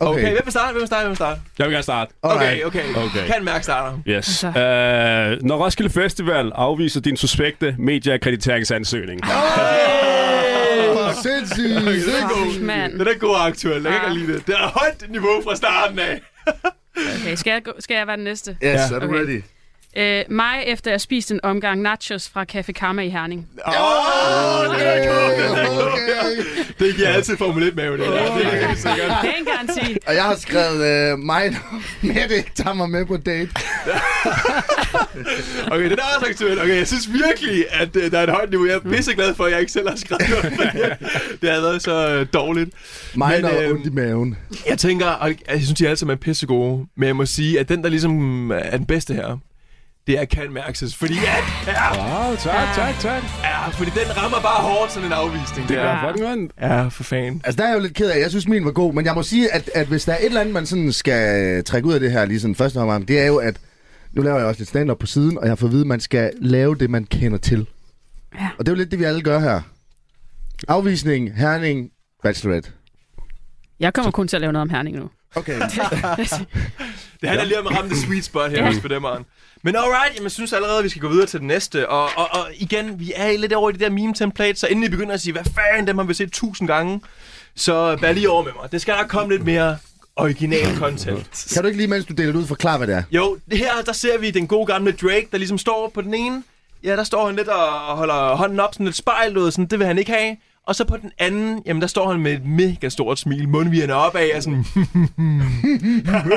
Okay, okay hvem vil starte? Hvem vil starte? Hvem vil starte?
Jeg vil gerne starte.
Okay,
Alright.
okay. okay.
Okay.
Kan mærke starter.
Yes.
Altså.
Uh, når Roskilde Festival afviser din suspekte medieakkrediteringsansøgning.
Hvor sindssygt.
Fuck, mand.
Det er da god aktuel. Jeg kan
Ja.
ikke lide det. Det er højt niveau fra starten af.
Okay, skal jeg, gå, skal jeg være den næste?
Yes, er du
Okay.
ready?
Øh, mig efter jeg spiste en omgang nachos fra Café Karma i Herning.
Okay.
Det giver altid Formel 1 mave, det der. Det er helt sikkert.
Det er en garanti.
Og jeg har skrevet øh, mig, og <laughs> Mette tager mig med på date.
Okay, det er også aktuelt. Okay, jeg synes virkelig, at øh, der er et højt niveau. Jeg er pisseglad for, at jeg ikke selv har skrevet noget. fordi det har været så øh, dårligt.
Mig
Men,
og
øhm,
ondt i maven.
Jeg tænker, og jeg synes, de alle sammen er pisse gode, men jeg må sige, at den, der ligesom er den bedste her, det er Kan Mærkses, fordi, at, ja,
Wow, tak, tak, tak.
ja, fordi den rammer bare hårdt sådan en afvisning.
Det
der.
er fucking ondt.
Ja, for fanden.
Altså, der er jeg jo lidt ked af. Jeg synes, min var god. Men jeg må sige, at, at hvis der er et eller andet, man sådan skal trække ud af det her, lige sådan første omgang, det er jo, at nu laver jeg også lidt stand-up på siden, og jeg har fået at vide, at man skal lave det, man kender til.
Ja.
Og det er jo lidt det, vi alle gør her. Afvisning, herning, bachelorette.
Jeg kommer kun til at lave noget om Herning nu.
Okay.
Det handler lige om at ramme det sweet spot her hos bedømmeren. Men alright, jamen, jeg synes allerede, at vi skal gå videre til det næste. Og, og, og igen, vi er lidt over i det der meme-template, så inden I begynder at sige, hvad fanden, dem har vi set tusind gange, så vær lige over med mig. Det skal der komme lidt mere original content.
kan du ikke lige, mens du deler det ud, forklare, hvad det er?
Jo, det her der ser vi den gode gamle Drake, der ligesom står på den ene. Ja, der står han lidt og holder hånden op, sådan lidt spejl ud, sådan, det vil han ikke have. Og så på den anden, jamen der står han med et mega stort smil, mundvigerne opad og sådan...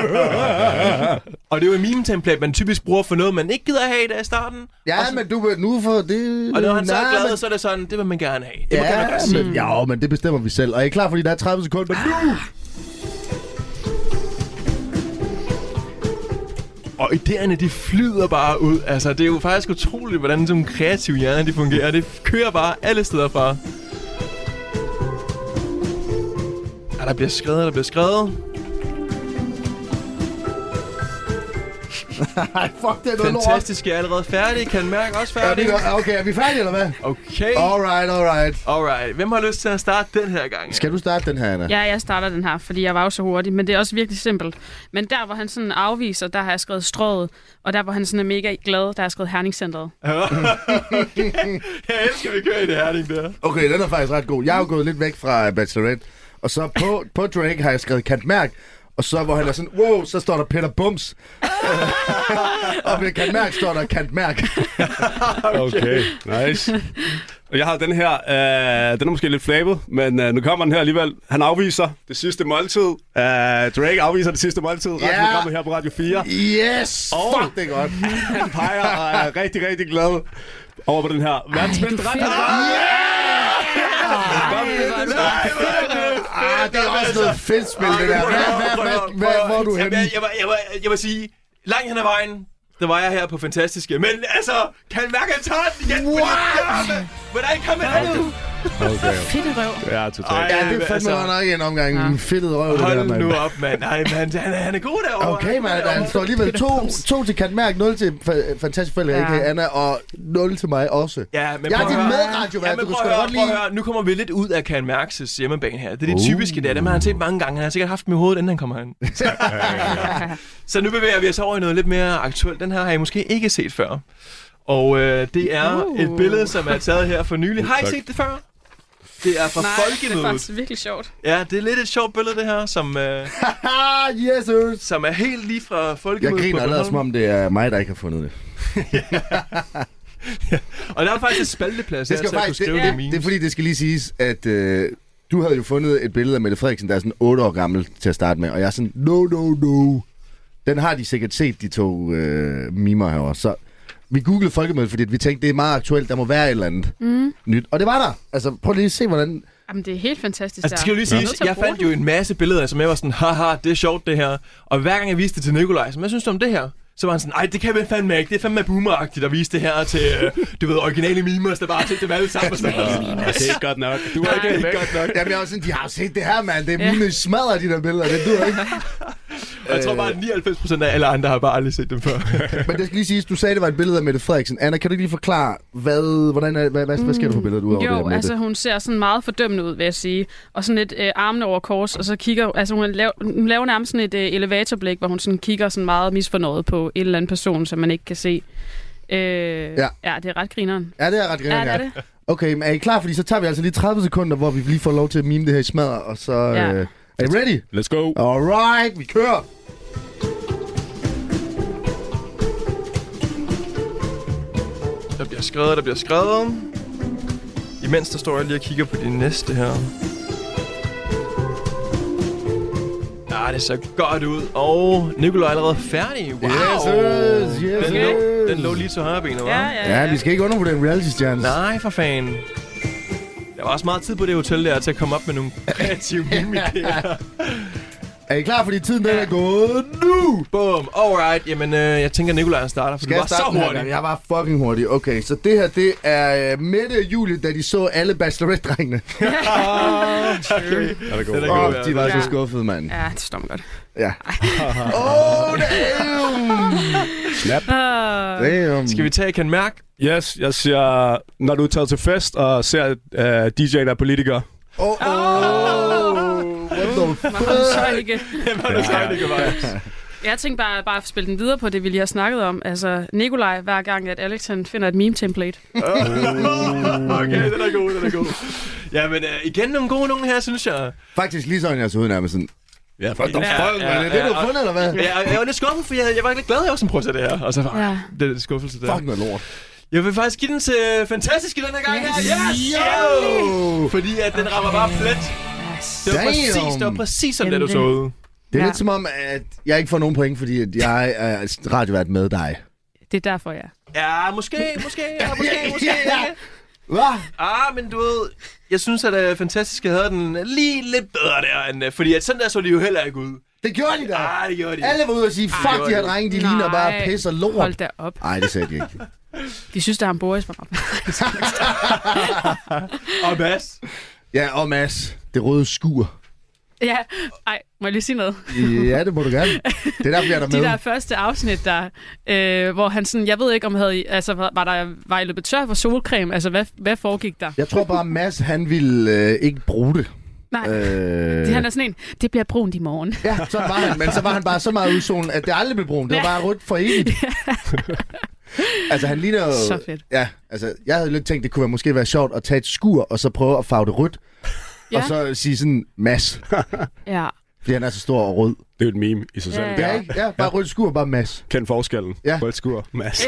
<laughs> og det er jo en meme-template, man typisk bruger for noget, man ikke gider have der i starten.
Ja,
så-
men du vil nu for det...
Og når han så er
Nej,
glad,
men-
så er det sådan, det vil man gerne have. Det kan man
Ja,
godt sige.
men, ja, men det bestemmer vi selv. Og er I klar, fordi der er 30 sekunder nu?
Og idéerne, de flyder bare ud. Altså, det er jo faktisk utroligt, hvordan sådan nogle kreative hjerner, de fungerer. Det kører bare alle steder fra. Ja, der bliver skrevet, der bliver skrevet.
Nej, fuck, det er noget lort.
Fantastisk, jeg er allerede færdig. Kan mærke også
Er vi,
færdig.
okay, er vi færdige, eller hvad?
Okay,
Alright, alright.
alright. Hvem har lyst til at starte den her gang?
Skal du starte den her, Anna?
Ja, jeg starter den her, fordi jeg var jo så hurtig, men det er også virkelig simpelt. Men der, hvor han sådan afviser, der har jeg skrevet strået, og der, hvor han sådan er mega glad, der har jeg skrevet Herningscenteret.
Jeg elsker, at vi kører i det herning der.
Okay,
<laughs>
den er faktisk ret god. Jeg er jo gået lidt væk fra øh, Bachelorette. Og så på, på Drake har jeg skrevet Kant Mærk. Og så hvor han er sådan, wow, så står der Peter
<laughs>
Bums. og ved Kant Mærk står der Kant Mærk.
Okay, nice. Og Jeg har den her, øh, den er måske lidt flabet, men øh, nu kommer den her alligevel. Han afviser det sidste måltid. Øh, Drake afviser det sidste måltid. Resten
Ja.
yeah. kommer her på Radio 4.
Yes!
Og-
Fuck, det er godt.
Han peger og er rigtig, rigtig glad over på den her verdensmænd.
Fedt, hva'?
Ah, det er også noget fedt spil, det der. Hvad, hvad, hvad, hvad, hvor er du henne?
Jeg, jeg, var- jeg, var- jeg, vil sige, langt hen ad vejen, der var jeg her på Fantastiske. Men altså, kan jeg mærke, at jeg tager den igen? What? Hvordan kan man andet?
Okay.
Fedt røv.
Ja, totalt.
Ja, det er fandme godt nok en omgang. En fedtet røv, det der,
Altså- Hold
mand.
nu op, mand. Nej, mand, han, er- han er god derovre.
Okay, altså. man, han står alligevel
Peter
to,
Pums.
to til Kat Mærk, 0 til fa- Fantastisk Forældre,
Ja.
ja. Anna, og 0 til mig også.
Ja, men
Jeg er
prøv at
din
høre.
medradiovært,
ja,
du
men
kan
prøv
sgu
at
da
høre,
godt
prøv at
lide-
høre. Nu kommer vi lidt ud af Karen Mærks hjemmebane her. Det er det
Oh.
typiske, det er. Dem har han set mange gange. Han har sikkert haft dem i hovedet, inden han kommer hen.
<laughs>
så nu bevæger vi os over i noget lidt mere aktuelt. Den her har I måske ikke set før. Og øh, det er
Uh.
et billede, som er taget her for nylig. Har I
Tak.
set det før? Det er fra
Nej, det er
Folkemødet.
faktisk virkelig sjovt.
ja, det er lidt et sjovt billede, det her, som, øh,
Ah, Jesus!
som er helt lige fra
Jeg
Folkemødet.
griner
på
allerede, som
Bornholm.
om det er mig, der ikke har fundet det.
Og der er faktisk et spalteplads
Det,
her,
skal
så jeg kunne
faktisk, det,
skrive
det,
det,
det, er fordi, det skal lige siges, at øh, du havde jo fundet et billede af Mette Frederiksen, der er sådan 8 år gammel til at starte med, og jeg er sådan, no, no, no. Den har de sikkert set, de to øh, mimer herovre. Så vi googlede folkemødet, fordi vi tænkte, det er meget aktuelt, der må være et eller andet mm. nyt. Og det var der. Altså, prøv lige at se, hvordan...
Jamen, det er helt fantastisk.
Altså, det skal jo lige sige, ja. jeg fandt jo en masse billeder, som jeg var sådan, haha, det er sjovt det her. Og hver gang jeg viste det til Nikolaj, som jeg synes du om det her, så var han sådan, nej, det kan vi fandme ikke, det er fandme boomeragtigt at vise det her til, øh, du ved, originale mimers, der bare har set dem alle sammen. Og sådan noget.
Det er ikke godt nok. Du er ikke helt godt nok.
Jamen, jeg var sådan, de har jo set det her, mand. Det er ja. mine smadrer, de der billeder. Det du ikke.
<laughs>
Og jeg tror bare, at
Øh.
99% af alle andre har bare aldrig set dem før.
Men det skal lige siges, du sagde, det var et billede af Mette Frederiksen. Anna, kan du ikke lige forklare, hvad, hvordan er, hvad, hvad, hvad sker der på billedet ud over
jo,
det her, Mette?
altså hun ser sådan meget fordømmende ud, vil jeg sige. Og sådan lidt øh, armene over kors, og så kigger altså hun, laver, hun laver nærmest sådan et øh, elevatorblik, hvor hun sådan kigger sådan meget misfornøjet på en eller anden person, som man ikke kan se. Øh, ja. ja, det er ret grineren.
Ja, det er ret
Ja,
grinerende.
det er det.
Okay, men er I klar? Fordi så tager vi altså lige 30 sekunder, hvor vi lige får lov til at mime det her i smadret, og så...
Ja.
Øh, er I ready?
Let's go.
Alright, vi kører!
Der bliver skrevet, der bliver skrevet. Imens der står jeg lige og kigger på de næste her. Ja, Ah, det ser godt ud. Og Nikolaj er allerede færdig. Wow!
Yes, yes,
den, lå,
yes.
den lå lige til højre benet, hva'?
Ja, ja, ja.
Ja, vi skal ikke undervurdere en reality-stjerne.
Nej, for fanden. Der var også meget tid på det hotel der til at komme op med nogle
<laughs>
kreative mimikere.
Er I klar, fordi tiden den er gået nu?
Boom. Alright. Jamen, øh, jeg tænker, Nikolaj han starter, for du
jeg
var så
starte den her
hurtig.
gang? Jeg var fucking hurtig. Okay, så det her, det er øh, Mette og Julie, da de så alle Bachelorette-drengene.
Ja, det
Den er
er god.
god.
Åh,
være.
oh, de var
Ja.
så skuffede, mand.
ja det står mig godt.
Ja. oh, damn!
Uh,
damn.
Skal vi tage Ken Mærk?
Yes, jeg siger, når du er taget til fest og ser øh, DJ'en er politiker.
Oh,
Ah.
oh. What the
man kommer så
fuck?
ikke.
Ja. Det kan være.
Jeg tænkte bare, bare at spille den videre på det, vi lige har snakket om. Altså, Nikolaj, hver gang, at Alex han finder et meme-template.
Okay, den er god, den er god. Jamen, øh, igen nogle gode nogen her, synes jeg.
Faktisk lige sådan, jeg så ud nærmest sådan.
Ja, fuck
the fuck,
Er det det, du har fundet, eller hvad?
Jeg, jeg var lidt skuffet, for jeg, jeg var lidt glad, at jeg også prøvede det her. Og så var
Ja.
det er lidt skuffelse der.
Fuck noget lort.
Jeg vil faktisk give den til øh, fantastisk i den her gang her. Yes!
Yo!
Fordi at den rammer bare plet. Det var
Damn!
præcis, det var præcis som det,
Jamen,
du så ud.
Det er
Ja.
lidt som om, at jeg ikke får nogen point, fordi at jeg er radiovært med dig.
Det er derfor, ja.
Ja, måske, måske, ja, måske, måske.
Ja. Hvad?
Ah, men du ved, jeg synes, at uh, Fantastiske havde den lige lidt bedre der, end, uh, fordi at sådan der så de jo heller ikke ud.
Det gjorde de da!
Ah, det gjorde de.
Alle var ude og sige, fuck, de her drenge, de
Nej.
ligner bare pis og
Hold
lort.
da op.
Nej, det sagde de ikke.
De synes, der er en Boris var op.
Og Mads.
Ja, og Mads, det røde skur.
<laughs> Ja, ej, må jeg lige sige noget?
Ja, det må du gerne. Det er derfor, jeg er der
De der
med.
første afsnit, der, øh, hvor han sådan, jeg ved ikke, om havde, I- altså, var var der var I løbet tør for solcreme? Altså, hvad, hvad foregik der?
Jeg tror bare, Mads, han ville øh, ikke bruge det.
Nej,
Øh,
øh. han er sådan en, det bliver brunt i morgen.
Ja, så var han, men så var han bare så meget ude i solen, at det aldrig blev brunt. Det var bare rødt for
<laughs>
evigt. altså, han ligner jo...
Så fedt.
Ja, altså, jeg havde lidt tænkt, det kunne være, måske være sjovt at tage et skur, og så prøve at farve det rødt, ja. og så sige sådan, mas.
ja.
Fordi han er så stor og rød.
Det er jo et meme i sig selv.
Ja,
Ja,
Ja,
ja.
ja.
ikke? Ja, bare rød skur, bare mas.
Kend forskellen
Ja.
ja. på et skur, Mads.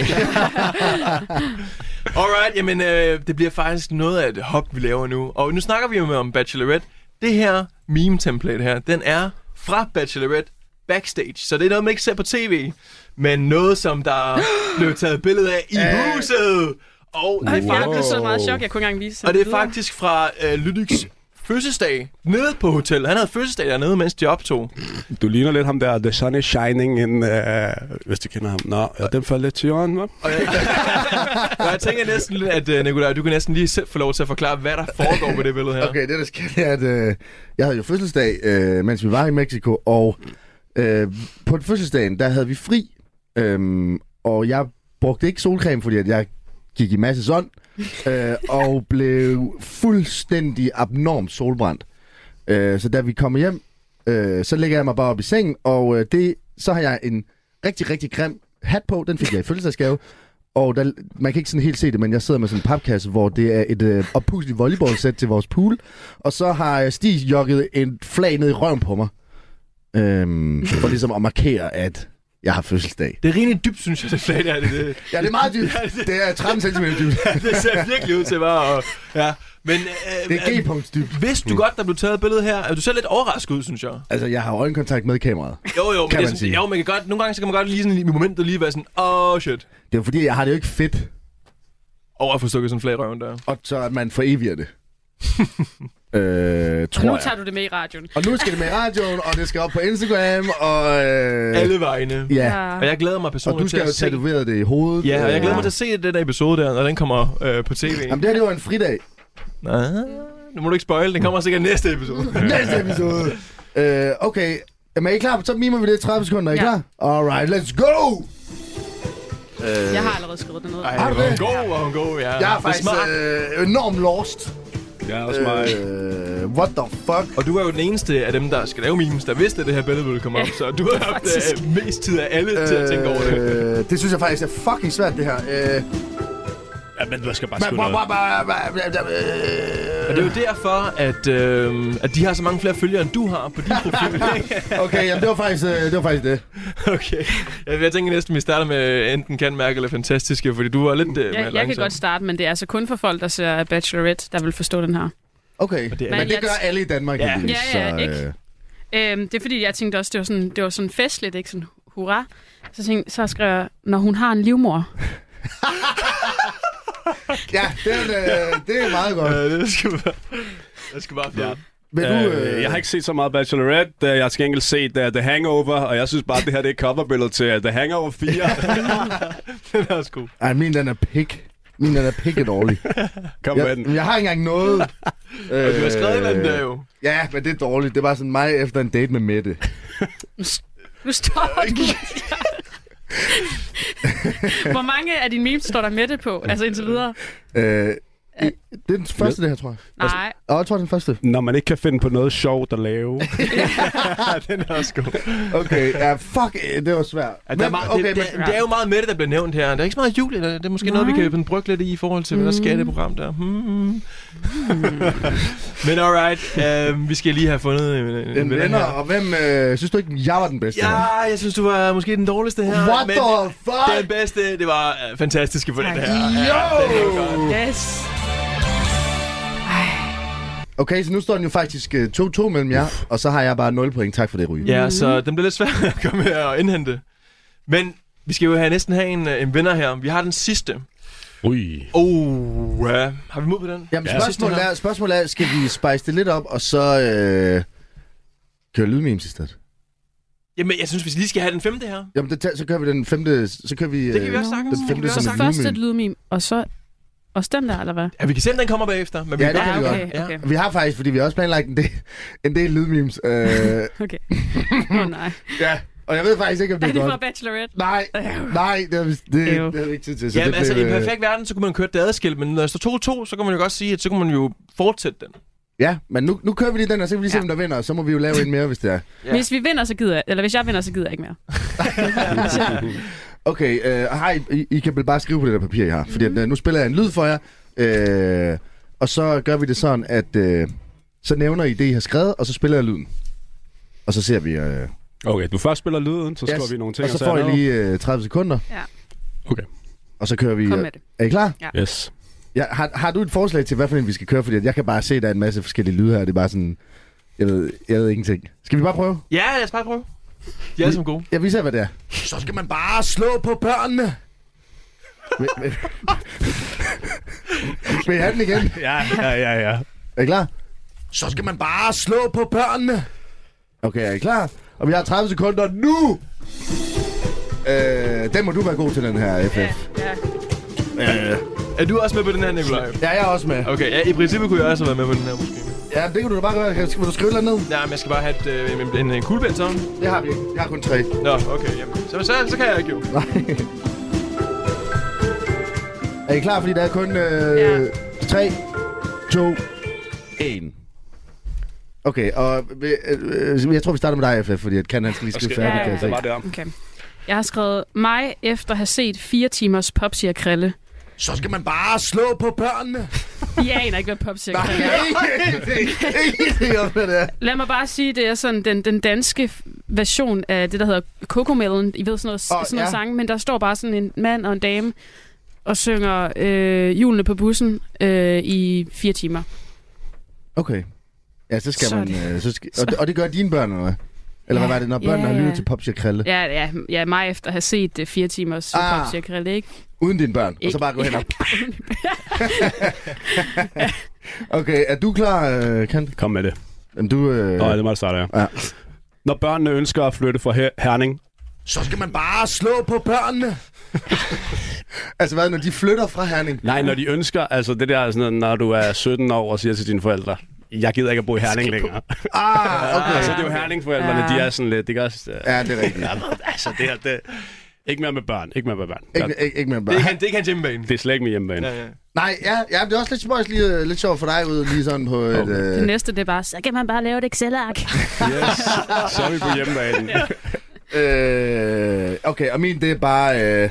Alright, jamen øh, det bliver faktisk noget af et hop, vi laver nu. Og nu snakker vi jo om Bachelorette. Det her meme-template her, den er fra Bachelorette backstage. Så det er noget, man ikke ser på tv, men noget, som der blev taget billede af i huset. Og det, er
Jeg
fakt-
blev så meget chok, jeg kunne ikke engang vise
og det er
videre.
faktisk fra øh, Lydiks fødselsdag nede på hotellet. Han havde fødselsdag dernede, mens de optog.
<laughs> Du ligner lidt ham der, The Sun is Shining, in, uh, hvis du kender ham. Nå, ja, den faldt lidt til jorden, hva'?
Og jeg, og jeg tænker næsten, lidt, at øh, Nicolaj, du kan næsten lige selv få lov til at forklare, hvad der foregår på det billede her.
Okay, det der sker, det er, at øh, jeg havde jo fødselsdag, øh, mens vi var i Mexico, og øh, på fødselsdagen, der havde vi fri, øh, og jeg brugte ikke solcreme, fordi at jeg gik i masse sol, øh, og blev fuldstændig abnormt solbrændt. Øh, så da vi kommer hjem, øh, så lægger jeg mig bare op i sengen, og øh, det, så har jeg en rigtig, rigtig grim hat på, den fik jeg i fødselsdagsgave, og der, man kan ikke sådan helt se det, men jeg sidder med sådan en papkasse, hvor det er et øh, oppustet volleyballsæt til vores pool. Og så har øh, Stig jogget en flag ned i røven på mig. Øhm, for ligesom at markere, at jeg har fødselsdag.
Det er rimelig dybt, synes jeg, det flag der. Det, det,
<laughs> Ja, det er meget dybt. Det er 13 cm dybt.
det ser virkelig ud til bare at... Ja. Men øh,
Det er G-punkt dybt.
Vidste du godt, der blev taget et billede her? Er du selv lidt overrasket ud, synes jeg?
Altså, jeg har øjenkontakt med kameraet.
Jo, jo,
Kan
men det er
man
sådan,
sige.
Jo, man kan godt, nogle gange så kan man godt lige sådan i momentet lige være sådan, åh oh, shit,
Det er jo fordi, jeg har det jo ikke fedt,
over at få stukket sådan en flag i røven der.
og så at man foreviger <laughs> det. øh, tror
Nu
jeg.
tager du det med i radioen.
Og nu skal det med i radioen, og det skal op på Instagram, og... Øh,
Alle vegne.
Ja,
Og jeg glæder mig
og du
personligt til
skal jo
at se...
tatovere det i hovedet.
Ja, og jeg glæder
Øh,
mig til at se den der episode der, når den kommer øh, på tv.
Jamen, det her det var en fridag.
Nej, nu må du ikke spoil, den kommer sikkert næste episode.
Næste episode. Øh, okay. Jamen, er I klar? Så mimer vi det i 30 sekunder. Er I
Ja.
klar? Alright, let's go!
Jeg har allerede skrevet det ned.
Ej,
Har du
hvor er hun
det?
god, hvor er hun god, ja.
Jeg
Det
er faktisk
smart.
øh, enormt lost.
Ja, også mig.
Øh, what the fuck?
Og du er jo den eneste af dem, der skal lave memes, der vidste, at det her billede ville komme op. Så du har haft
faktisk.
øh, mest tid af alle til at tænke over det.
Øh, det synes jeg faktisk er fucking svært, det her. Øh,
Ja, men du skal bare
ba-
skrive
ba-
noget.
ba- ba- ba- ba- ba-
Og det er jo derfor, at, øh, at de har så mange flere følgere, end du har på din profil.
Okay, jamen, det var faktisk, øh, det var faktisk det.
okay. Jeg, jeg tænker næsten, vi starter med enten kan mærke eller fantastiske, fordi du var lidt øh,
Jeg, jeg kan godt starte, men det er altså kun for folk, der ser Bachelorette, der vil forstå den her.
Okay,
Og det er-
men det gør alle i Danmark.
Ja.
heldigvis,
Ja, ja,
så,
ikke?
øh,
Øhm, det er fordi, jeg tænkte også, det var sådan, det var sådan festligt, ikke? Sådan, hurra. Så, tænkte, så skrev jeg, når hun har en livmor.
Ja, det er, øh, det er meget godt.
Øh, det skal bare... Jeg skal bare fjerne. <laughs>
Vil du...
Øh, jeg har ikke set så meget Bachelorette. Øh, Jeg har til gengæld set uh, The Hangover, og jeg synes bare, at det her det er et coverbillede til uh, The
<laughs>
Hangover 4.
Den er også god.
Ej, min den er pik. Min den er pikket
<laughs>
dårlig.
Kom med den.
Jeg, jeg har ikke engang noget. øh,
Du har skrevet en eller anden der jo.
Ja, men det er dårligt. Det var sådan mig efter en date med Mette. Øh,
Nu står den. Hvor mange af dine memes står der med det på? Altså indtil videre?
Øh, i- det er den første, det her, tror jeg.
Nej.
Åh, jeg tror, det er den første.
Når man ikke kan finde på noget sjovt at lave.
Den er også god.
Okay, ja, fuck, øh, det var svært.
Ja, der er meget, okay, det, det, det, er jo meget med det, der bliver nævnt her. Der er ikke så meget jul i det. Det er måske Nej. noget, vi kan sådan brygge lidt i i forhold til, hvad der sker i det program der. Hmm. Hmm. Men alright, øh, vi skal lige have fundet en, en,
en
vinder
venner,
her.
og hvem... Øh, synes du ikke, jeg var den bedste?
Ja, jeg synes, du var måske den dårligste her.
What
men
the fuck?
Den bedste, det var øh, fantastiske for den her.
Jo!
Yes.
Okay, så nu står den jo faktisk øh, 2-2 mellem jer, og så har jeg bare 0 point. Tak for det, Ryge.
Ja, så den bliver lidt svær at komme her og indhente. Men vi skal jo have næsten have en, øh, en vinder her. Vi har den sidste.
Ui.
Oh, ja. Har vi mod på den?
Jamen,
Den sidste
spørgsmålet
her.
er, spørgsmålet er, skal vi spice det lidt op, og så øh, køre lydmemes i stedet?
Jamen, jeg synes, vi lige skal have den femte her.
Jamen, det, tager- så kører vi den femte... Så kører vi... øh,
Det kan vi også
Nå.
sagtens.
Den
Det kan vi
femte,
også
som
Så
er
sagtens.
lydmeme.
først et lydmeme, og så og stem der, eller hvad?
Ja, vi kan se, om den kommer bagefter. Men vi
Ja,
kan
det
godt-
kan vi
okay,
godt.
okay.
Vi har faktisk, fordi vi har også planlagt en del, en del lydmemes.
<laughs>
Øh,
okay. Åh oh, nej.
ja, og jeg ved faktisk ikke, om det
Er
er
det fra
godt.
Bachelorette?
Nej, nej, det har vi det, det
Øv.
havde vi ikke tid til. Så
Jamen,
det
altså, i
blev,
en
øh,
perfekt verden, så kunne man køre et adskilt, men når der står 2-2, så kan man jo godt sige, at så kunne man jo fortsætte den.
Ja, men nu, nu kører vi lige den, og så kan vi lige se,
Ja.
hvem der vinder, og så må vi jo lave en mere, hvis det er.
Ja.
Hvis vi vinder, så gider jeg, eller hvis jeg vinder, så gider jeg ikke mere.
Okay, øh, hej, I, I kan vel bare skrive på det der papir, I har. Fordi
Mhm.
at, øh, nu spiller jeg en lyd for jer, øh, og så gør vi det sådan, at øh, så nævner I det, I har skrevet, og så spiller jeg lyden. Og og så ser vi... Øh,
Okay, du først spiller lyden, så yes. skriver vi nogle ting.
og så får I
er
lige øh, 30 sekunder,
noget. Okay,
og så kører vi...
Kom
øh,
med det.
Er I klar?
yes.
Ja, har, har du et forslag til, hvad for en vi skal køre? Fordi at jeg kan bare se, at der er en masse forskellige lyde her. Det er bare sådan... Jeg ved, jeg ved ingenting. Skal vi bare prøve?
Ja, lad os bare prøve. De er alle sammen gode.
Jeg viser, hvad det er. Så skal man bare slå på børnene. Vil, vil, vil I have den igen?
Ja, ja, ja, ja.
Er I klar? Så skal man bare slå på børnene. Okay, er I klar? Og vi har 30 sekunder nu! Øh, den må du være god til, den her FF.
Ja.
Er du også med på den her, Nikolaj?
Ja, jeg er også med.
Okay, ja, i princippet kunne jeg også have været med på den her, måske.
Ja, det kan du da bare gøre. Skal- Vil du skrive noget ned?
Nej, men jeg skal bare have et, øh, en, en, en kuglepind, så.
Det har vi ikke. Jeg har kun tre.
Nå, okay, jamen. Så, så, så kan jeg ikke jo.
Nej. er I klar, fordi der er kun øh, tre, to, en. Okay, og øh, øh, jeg tror, vi starter med dig, FF, fordi at Ken, han skal lige skrive
Skal-
færdig, kan
ja,
jeg
Så
se.
var det om.
Okay. Jeg har skrevet mig efter at have set fire timers Popsi og Krille.
Så skal man bare slå på børnene.
I aner ikke, hvad Popsi og
Nej,
Krille er.
ingenting. <laughs> Ingenting om, hvad det er.
Lad mig bare sige, det er sådan den, den danske f- version af det, der hedder Cocomelon. I ved sådan noget,
Åh,
oh, sådan noget
ja.
ja. sang, men der står bare sådan en mand og en dame og synger øh, julene på bussen øh, i fire timer.
Okay. Ja, så skal
Sådan.
man... Øh, så skal, og, det- og det gør dine børn, eller hvad? Eller hvad
Ja.
var det, når børnene
Ja,
har lyttet
ja.
til Popsi og Krille?
Ja, ja, ja mig efter at have set øh, fire timers
Ah.
ah. Popsi og Krille, ikke?
Uden dine børn, og så
Ikke-
bare gå hen og... <laughs> Okay, er du klar, øh, Kant?
Kom med det.
Jamen, du... Øh,
Nå, ja, det må jeg starte af.
Ja.
Når børnene ønsker at flytte fra Her- Herning,
Så skal man bare slå på børnene. <laughs> altså hvad, når de flytter fra Herning?
Nej, når de ønsker, altså det der, er sådan, noget, når du er 17 år og siger til dine forældre, jeg gider ikke at bo i Herning længere. <laughs>
Ah, okay.
altså, det er jo Herning-forældrene, de er sådan lidt, det kan også... øh,
Ja, det er rigtigt.
ja, men, altså, det her, det... Ikke mere med børn, ikke mere med børn.
Ikke, ikke, ikke med
Det
børn.
kan, det kan hjemmebane.
Det er slet ikke min hjemmebane.
Ja, ja.
Nej, ja, ja, det er også lidt spøjs, lige, øh, lidt sjovt for dig ud, lige sådan på et...
Okay.
Det
Øh,
næste, det er bare, så kan man bare lave et Excel-ark.
Yes, så er vi på hjemmebanen.
øh, okay, og min, det er bare... Øh,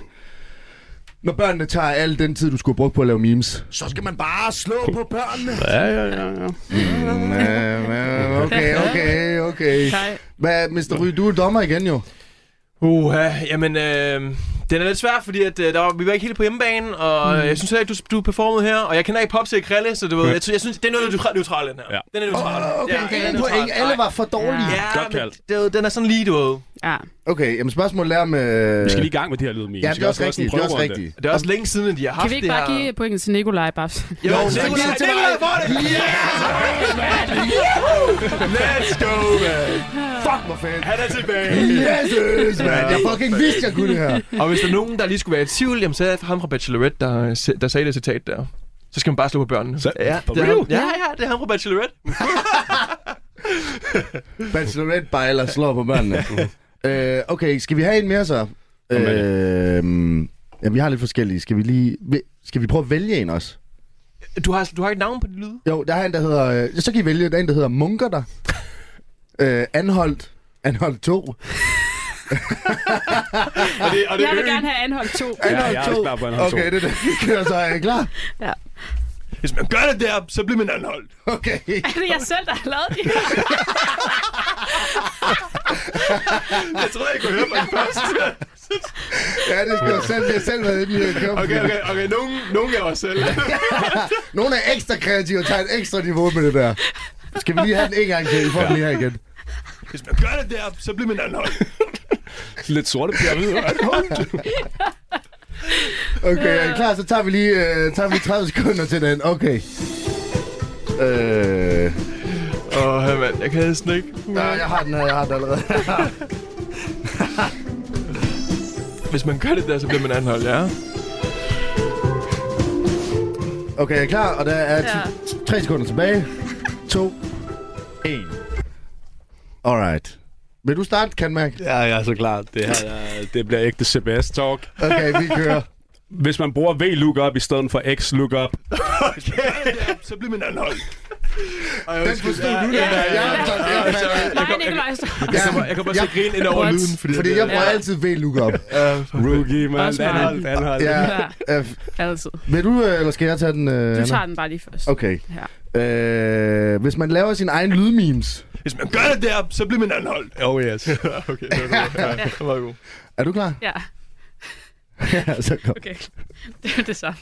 når børnene tager al den tid, du skulle bruge på at lave memes. Så skal man bare slå på børnene.
Ja, ja, ja, ja.
Mm, øh, øh, okay, okay, okay.
Nej.
Hvad, Mr. Ry, du er dommer igen jo.
Uha, jamen, øh, den er lidt svær, fordi at, øh, der var, vi var ikke helt på hjemmebane, og mm. jeg synes heller ikke, du, du performede her, og jeg kender ikke Popsi og Krille, så det var, jeg, sy- jeg synes, det er noget neutral, neutral, den her.
Ja.
Den er neutral.
Åh,
Ja, den
Ah, Okay,
er
ingen
neutral.
point. Alle
Nej.
var for dårlige.
Ja,
Godt
men
kaldt.
det, er jo- den er sådan lige, du ved.
Ja.
Okay, jamen spørgsmålet er om... Øh...
Vi skal lige i gang med de her lyde, Mie.
Ja,
Vi
det
skal
er også
lave
rigtigt. Det
sådan en
er også
prøverunde.
rigtigt.
Det er også længe siden, at de har haft
Kan vi ikke
det
bare
her.
give pointen til Nikolaj, Babs?
Jo,
Jo,
jo
så
Nikolaj,
giv det til mig.
Nikolaj får det! Let's go, man!
Fuck, hvor fedt.
Han er tilbage!
Jesus, man. Jeg fucking vidste, jeg kunne det her.
Og hvis der er nogen, der lige skulle være i tvivl, jamen så er det ham fra Bachelorette, der, der sagde det citat der. Så skal man bare slå på børnene.
Så-
ja,
for
det er
real?
ham, ja, ja, det er ham fra Bachelorette.
Bachelorette bejler slår på
<laughs>
børnene. øh, okay, skal vi have en mere så?
Kom med
Øh, ja, vi har lidt forskellige. Skal vi lige... vi- Skal vi prøve at vælge en også?
Du har, du har ikke navn på din lyd?
Jo, der er en, der hedder... Øh, så kan I vælge. Der er en, der hedder Munker der. Øh, Anholdt. Anholdt 2.
Og det, og
Jeg vil gerne have anholdt to.
Ja, jeg er
Anholdt
også klar på Anholdt 2.
Okay, det er det, <laughs> vi kører så. Er I klar?
Hvis man gør det der, så bliver man anholdt.
Okay.
Er det jeg selv, der har lavet det?
Jeg troede, jeg kunne høre mig først.
Ja, det skal jo selv, vi har selv været inde i øh, at køre.
Okay, okay, okay. Nogen, nogen af os selv.
Nogle er ekstra kreative og tager et ekstra niveau med det der. Skal vi lige have den en gang til? I får den lige her igen.
Hvis man gør det der, så bliver man anholdt.
Lidt sorte pyramide.
Okay, er I klar? Så tager vi lige, øh, tager vi lige 30 sekunder til den. Okay. Øh,
Åh, oh, mand. Jeg kan næsten ikke.
nej, jeg har den her, jeg har den allerede.
Hvis man gør det der, så bliver man anholdt, ja.
Okay, er I klar? Og der er
Ja.
3 sekunder tilbage. 2, 1. Alright. Vil du starte, kan Mærk?
Ja, jeg er så klar. Det her, ja, det bliver ægte CBS-talk.
Okay, vi
<laughs>
kører.
Hvis man bruger V-lookup i stedet for X-lookup,
Så bliver man anholdt.
Den forstod du, den der. Jeg har taget den.
Nej, Nikolaj. så-
Jeg kommer, jeg kommer til at grine ind over
What?
lyden, fordi... øh,
Fordi jeg bruger altid V-lookup.
Rookie, man.
Også mig.
Anhold, anhold.
Ja.
Ja,
Øh,
altid.
Vil du, øh, eller skal jeg tage den? øh,
Du
Anna?
tager den bare lige først.
Okay.
Ja.
Øh, hvis man laver sin egen lydmemes,
Hvis man gør det der, så bliver man anholdt.
Oh yes.
<laughs> okay, det var det. Ja, det var god.
Er du klar?
Ja,
Ja, så kom.
<laughs> okay. <laughs> Det er det samme.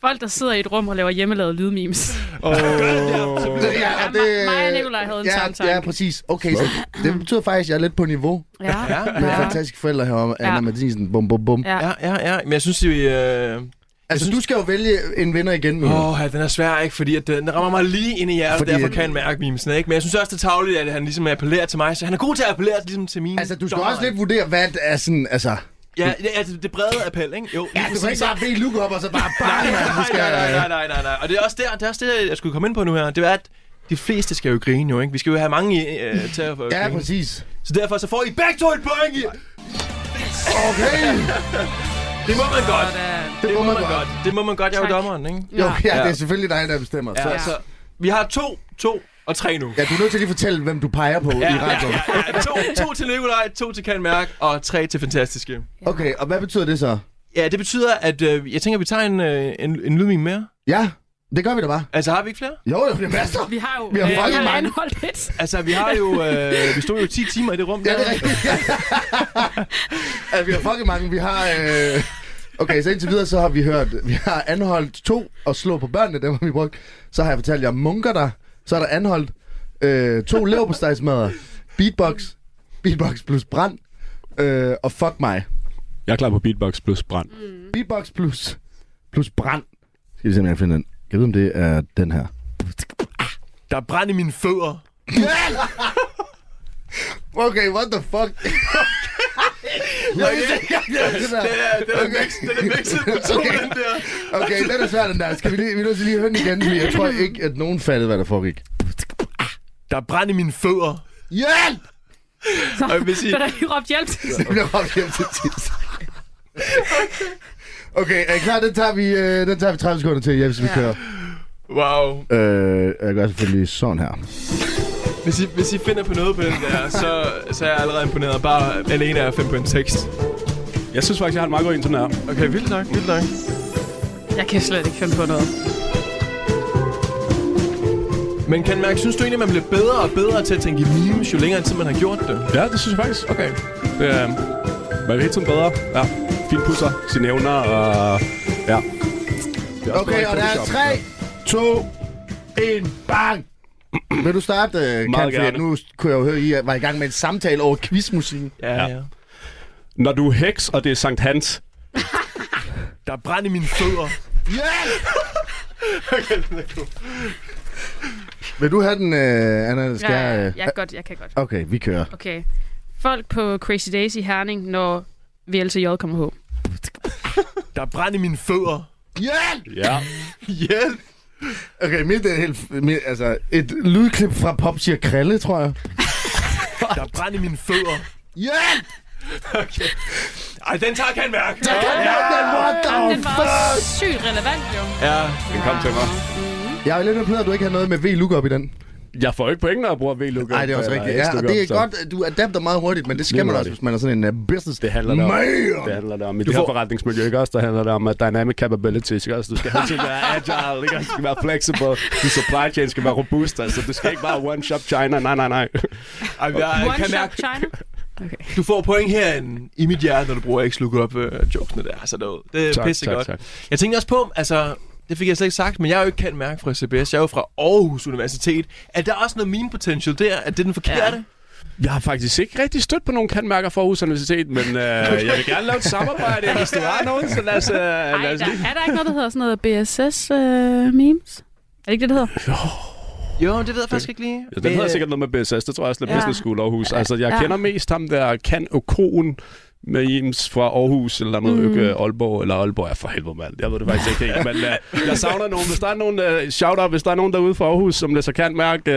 Folk, der sidder i et rum og laver hjemmelavede lydmemes.
Oh.
Ja,
Ja, Ma- mig og Nikolaj havde en samme
ja,
tanke.
ja, præcis. Okay, så det betyder faktisk, at jeg er lidt på niveau
Ja, ja.
med ja. fantastiske forældre herom. Anna
Ja.
Mathisen, bum, bum, bum.
Ja.
Ja, ja, ja. Men jeg synes, det er... Øh...
Altså, du skal jo vælge en vinder igen nu.
Åh, oh, ja, den er svær, ikke? Fordi at øh, den rammer mig lige ind i hjertet,
Mm. Fordi
fordi derfor
at-
kan jeg mærke memesen, ikke? Men jeg synes også, det er tageligt, at han ligesom appellerer til mig, så han er god til at appellere ligesom til mine
Altså, du skal
dommere.
også lidt vurdere, hvad det er sådan, altså...
Ja, ja, altså, det brede appel, ikke? Jo,
Ja,
lige
du kan
præcis.
ikke bare bede Luke op, og så bare bare,
<laughs> Nej,
man. Du skal...
nej, nej, nej, nej, nej, nej. Og det er også der, det, er også det jeg skulle komme ind på nu her. Det er, at de fleste skal jo grine jo, ikke? Vi skal jo have mange øh, til at få
Ja,
grine.
præcis.
Så derfor så får I begge to et point! I-
Okay.
Det må man godt.
Det må man godt.
Det må man godt. Jeg er jo
Tak.
dommeren, ikke?
Jo, ja,
Ja.
det er selvfølgelig dig, der bestemmer. Så,
Ja, så vi har to, to og tre nu.
ja, du er nødt til lige at fortælle, hvem du peger på i radioen.
ja, ja, ja. To, to til Nikolaj, to til Kan Mærk og tre til Fantastiske.
Okay, og hvad betyder det så?
Ja, det betyder, at øh, jeg tænker, at vi tager en, øh, en, en lydming mere.
Ja, det gør vi da bare.
Altså, har vi ikke flere?
Jo, jo, det er masser.
Vi har jo
Vi har
øh,
fucking
jeg har
mange.
anholdt lidt.
Altså, vi har jo... Øh, vi stod jo 10 timer i det rum.
Ja,
der.
det er rigtigt. <laughs> altså, vi har fucking mange. Vi har... Øh... Okay, så indtil videre, så har vi hørt... Vi har anholdt to og slå på børnene, dem har vi brugt. Så har jeg fortalt jer munker der. Så er der anholdt øh, to leverpostejsmadder. Beatbox. Beatbox plus brand. Øh, og fuck mig.
Jeg er klar på beatbox plus brand.
Beatbox plus, plus brand. Skal vi se, om jeg finder den. Kan jeg vide, om det er den her?
Der er brand i mine fødder.
Okay, what the <laughs> fuck? <laughs>
Det er, det er okay. mixet, det er mixet på to,
Okay.
den der.
Okay, den er svær, den der. Skal vi lige, vi er nødt til lige at høre den igen, fordi jeg tror ikke, at nogen fattede, hvad der foregik.
Der er brand i mine fødder.
Hjælp!
Og jeg vil sige,
Så der er råbt hjælp.
Det bliver bare hjem til tit. Okay, er I klar? Den tager vi, øh, den tager vi 30 sekunder til, Jeppe, hvis vi
Ja.
kører.
wow.
Øh, jeg gør selvfølgelig sådan her.
Hvis I, hvis I finder på noget på den der, så, så er jeg allerede imponeret. Bare alene er 5 på en tekst.
Jeg synes faktisk, jeg har en meget god en sådan her.
Okay, vildt nok, vildt nok.
Jeg kan slet ikke finde på noget.
Men kan mærke, synes du egentlig, at man bliver bedre og bedre til at tænke i memes, jo længere tid man har gjort det?
Ja, det synes jeg faktisk. Okay. Det, øh, man er hele tiden bedre. Ja. Finpudser sine evner og... øh, Ja. Det er også
Okay,
noget
og der er
Photoshop.
3, 2, 1, bang! Vil du starte, øh, Kat? Fordi
gerne.
Nu kunne jeg jo høre, at I var i gang med en samtale over quizmusikken.
Ja, ja.
Når du er heks, og det er Sankt Hans.
Der er brand i mine fødder.
Yeah! Vil du have den, øh, Anna? Skal
Nej,
jeg,
jeg,
øh,
jeg, kan godt, jeg kan godt.
Okay, vi kører.
Okay. Folk på Crazy Days i Herning, når VLCJ kommer på.
Der er brand i mine fødder.
Yeah!
Ja.
Hjælp!
Okay, mit er helt... Mit, altså, et lydklip fra Pop siger Krille, tror jeg.
Der er brand i mine fødder.
Yeah!
Ej, den tager kan mærke.
What the
Den var også sygt relevant, jo.
Ja.
Den kom til mig.
Jeg er jo lidt imponeret, at du ikke har noget med V-look op i den.
Jeg får jo ikke point, når jeg bruger V-looker.
Nej, det er også rigtigt. Ja, og det er godt, at du adapter meget hurtigt, men det skal
Lige
man også,
hurtigt.
hvis man er sådan en uh, business.
Det handler det om.
Man!
Det handler det om. I
Du
det her
får-
forretningsmiljø, ikke også? Der handler det om at dynamic capabilities, ikke også? Du skal hele tiden være agile, ikke også? Du skal være flexible. Din supply chain skal være robust, altså. Du skal ikke bare one shop China. Nej, nej, nej.
Ej, jeg
One
kan
Shot
mærke,
China.
du får point herinde i mit hjerte, når du bruger ikke slukke op øh, jokesene der. Så derud. det er pisse godt. Jeg tænkte også på, altså, det fik jeg slet ikke sagt, men jeg er jo ikke kendt mærke fra CBS. Jeg er jo fra Aarhus Universitet. Er der også noget meme potential der? Er det den forkerte? Ja.
Jeg har faktisk ikke rigtig stødt på nogen kandmærker fra Aarhus Universitet, men øh, jeg vil gerne lave et samarbejde,
<laughs>
hvis du har nogen, så lad os, øh, lad
Ej,
os
der,
lige...
er der ikke noget, der hedder sådan noget BSS-memes? øh, er det ikke det, det hedder?
Jo, det ved jeg faktisk ikke lige.
Ja, den hedder
Øh,
sikkert noget med BSS, det tror jeg også er
Ja.
ja. Business School Aarhus. Altså, jeg
Ja.
ja. kender mest ham der, kan Okon med James fra Aarhus eller
Mhm.
noget, mm. ikke øh, Aalborg, eller Aalborg er for helvede, mand. Jeg ved det faktisk ikke helt, men uh, jeg savner nogen. Hvis der er nogen, uh, shout out, hvis der er nogen derude fra Aarhus, som læser kan mærke, uh,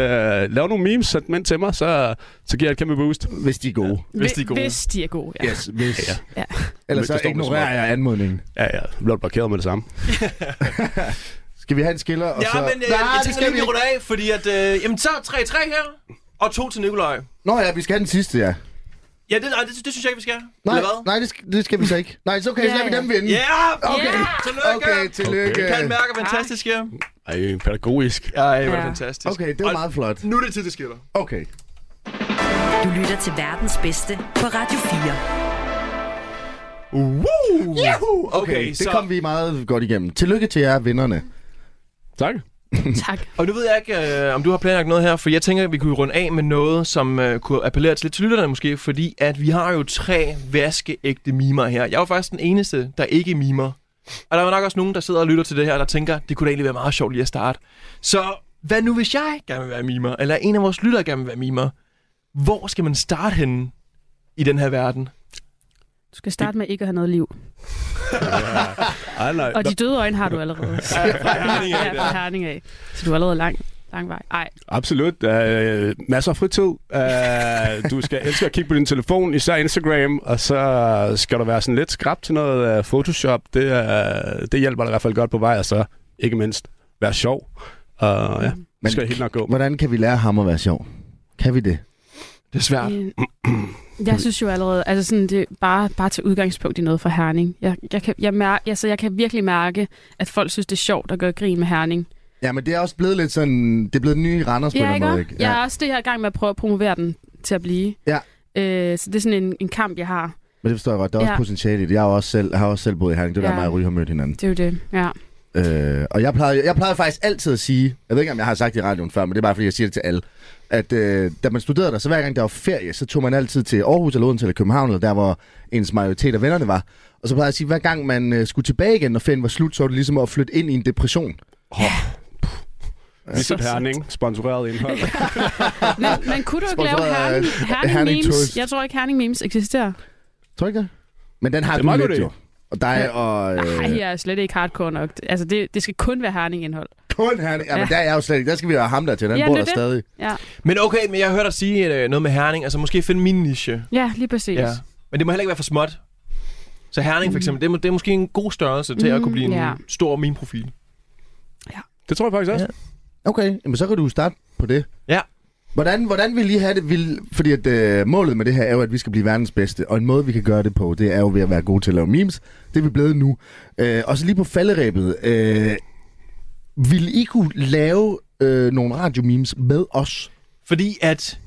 lav nogle memes, sæt dem ind til mig, så, så giver jeg et kæmpe boost.
Hvis de er gode.
Hvis de er gode.
Hvis de er gode, ja.
Yes, hvis.
Ja.
Ja.
Ellers
Hvis
så
det står med
ignorerer
smart.
jeg anmodningen.
Ja, ja, blot blokeret med det samme.
Skal vi have en skiller? Og så...
Ja, men øh,
Nej,
jeg
det
tænker
skal
lige, vi
ikke.
runder af, fordi at... Øh, jamen, så 3-3 her, og 2 til Nikolaj.
Nå ja, vi skal have den sidste, ja.
Ja, det, nej, det, det synes jeg ikke, vi skal.
Nej,
Eller hvad?
nej det, skal, det skal vi så ikke. Nej, så okay, så
Ja,
lader vi
ja.
dem vinde.
Ja! Yeah!
Okay.
Tillykke!
Okay, tillykke.
Kan mærke er fantastisk, ja.
Ej, pædagogisk.
Ej, hvor er det
Ja.
fantastisk.
Okay, det var
Og
meget flot.
Nu er det tid, det skiller.
Okay.
Du lytter til verdens bedste på Radio 4.
Woo! Juhu! Okay,
Okay, det
så...
kom vi meget godt igennem. Tillykke til jer, vinderne.
<laughs>
Tak.
Tak.
Og nu ved jeg ikke, øh, om du har planlagt noget her, for jeg tænker, at vi kunne runde af med noget, som øh, kunne appellere til lidt til lytterne måske, fordi at vi har jo tre vaskeægte mimer her. Jeg er jo faktisk den eneste, der ikke mimer. Og der er nok også nogen, der sidder og lytter til det her, der tænker, det kunne da egentlig være meget sjovt lige at starte. Så hvad nu, hvis jeg gerne vil være mimer, eller en af vores lyttere gerne vil være mimer? Hvor skal man starte henne i den her verden?
Du skal starte med ikke at have noget liv.
Ej, nej.
Og de døde øjne har du allerede.
Herning af,
ja, fra Herning af. Så du er allerede lang, lang vej. Ej,
Absolut. Øh, masser af fritid. Øh, du skal elske at kigge på din telefon, især Instagram, og så skal du være sådan lidt skrab til noget øh, Photoshop. Det, øh, det hjælper dig i hvert fald godt på vej, og så ikke mindst være sjov. Og ja,
Men-
Øh,
det skal helt nok gå.
Hvordan kan vi lære ham at være sjov? Kan vi det?
Det er svært.
øh, jeg synes jo allerede, altså sådan, det er bare, bare til udgangspunkt i noget fra Herning. Jeg, jeg, kan, jeg, mærke, altså, jeg kan virkelig mærke, at folk synes, det er sjovt at gøre grin med Herning.
Ja, men det er også blevet lidt sådan... Det er blevet den nye Randers på en
Ja,
eller
ikke?
anden måde,
også?
ikke?
Jeg er også det her i gang med at prøve at promovere den til at blive.
Ja.
Øh, så det er sådan en, en kamp, jeg har.
Men det forstår jeg godt. Der er også
Ja.
potentiale i det. Jeg har også selv, har også selv boet i Herning. Det er ja.
Ja.
der, mig og Ry har mødt hinanden.
Det er jo det, ja.
Øh, og jeg plejede, jeg plejede faktisk altid at sige... Jeg ved ikke, om jeg har sagt det i radioen før, men det er bare, fordi jeg siger det til alle. At øh, da man studerede der, så hver gang der var ferie, så tog man altid til Aarhus eller Odense eller København, eller der, hvor ens majoritet af vennerne var. Og så plejede jeg at sige, hver gang man øh, skulle tilbage igen, når ferien var slut, så var det ligesom at flytte ind i en depression.
Ligesom Herning, sponsoreret indhold.
Men, men kunne du ikke lave
Sponsoreret af
Herning, Herning,
Herning
Herning
Toast.
memes? Jeg tror ikke, Herning memes eksisterer.
Tror du ikke det? Men den har
Det er
du
meget
lidt
god idé.
jo. Og dig og... Øh,
Nej, jeg er slet ikke hardcore nok. Altså, det, det skal kun være Herning-indhold.
Kun Herning. Ja, men
Ja.
der er jeg jo slet ikke. Der skal vi jo have ham der til. Den
Ja,
ja, bor
det
der
er
stadig.
det. Ja,
Men okay, men jeg har hørt dig sige øh, noget med Herning, altså måske finde min niche.
ja lige præcis.
Ja. Men det må heller ikke være for småt. Så Herning for eksempel, det er, må- det er måske en god størrelse til at
Mm,
kunne blive en
ja.
stor meme-profil.
Det tror jeg faktisk også.
Okay, jamen, så kan du starte på det.
Ja.
Hvordan, hvordan vil I have det? Vil, fordi at, øh, målet med det her er jo, at vi skal blive verdens bedste. Og en måde, vi kan gøre det på, det er jo ved at være gode til at lave memes. Det er vi blevet nu. Øh, og så lige på falderæbet. Øh, vil I kunne lave øh, nogle radiomemes med os?
Fordi at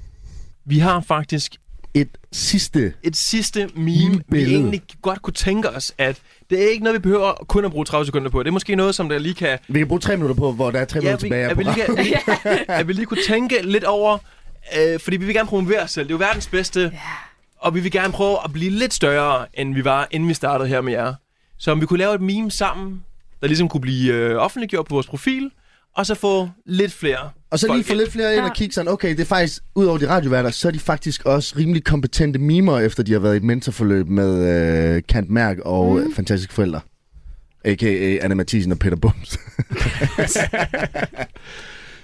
vi har faktisk
Et sidste...
et sidste meme, vi
Billede.
egentlig godt kunne tænke os, at det er ikke noget, vi behøver kun at bruge 30 sekunder på. Det er måske noget, som der lige kan...
Vi kan bruge tre minutter på, hvor der er tre minutter
vi,
tilbage af
at, vi lige
programmet.
kan, at, vi, <laughs> at vi lige kunne tænke lidt over... Øh, fordi vi vil gerne promovere os selv. Det er jo verdens bedste. Yeah. Og vi vil gerne prøve at blive lidt større, end vi var, inden vi startede her med jer. Så om vi kunne lave et meme sammen, der ligesom kunne blive øh, offentliggjort på vores profil, og så få lidt flere
Og så lige
folk
få
ind.
lidt flere ind
Ja.
og kigge sådan, okay, det er faktisk, ud over de radioværter, så er de faktisk også rimelig kompetente mimer, efter de har været i et mentorforløb med øh, Kant Mærk og mm. Fantastiske Forældre. A.k.a. Anna Mathisen og Peter Bums.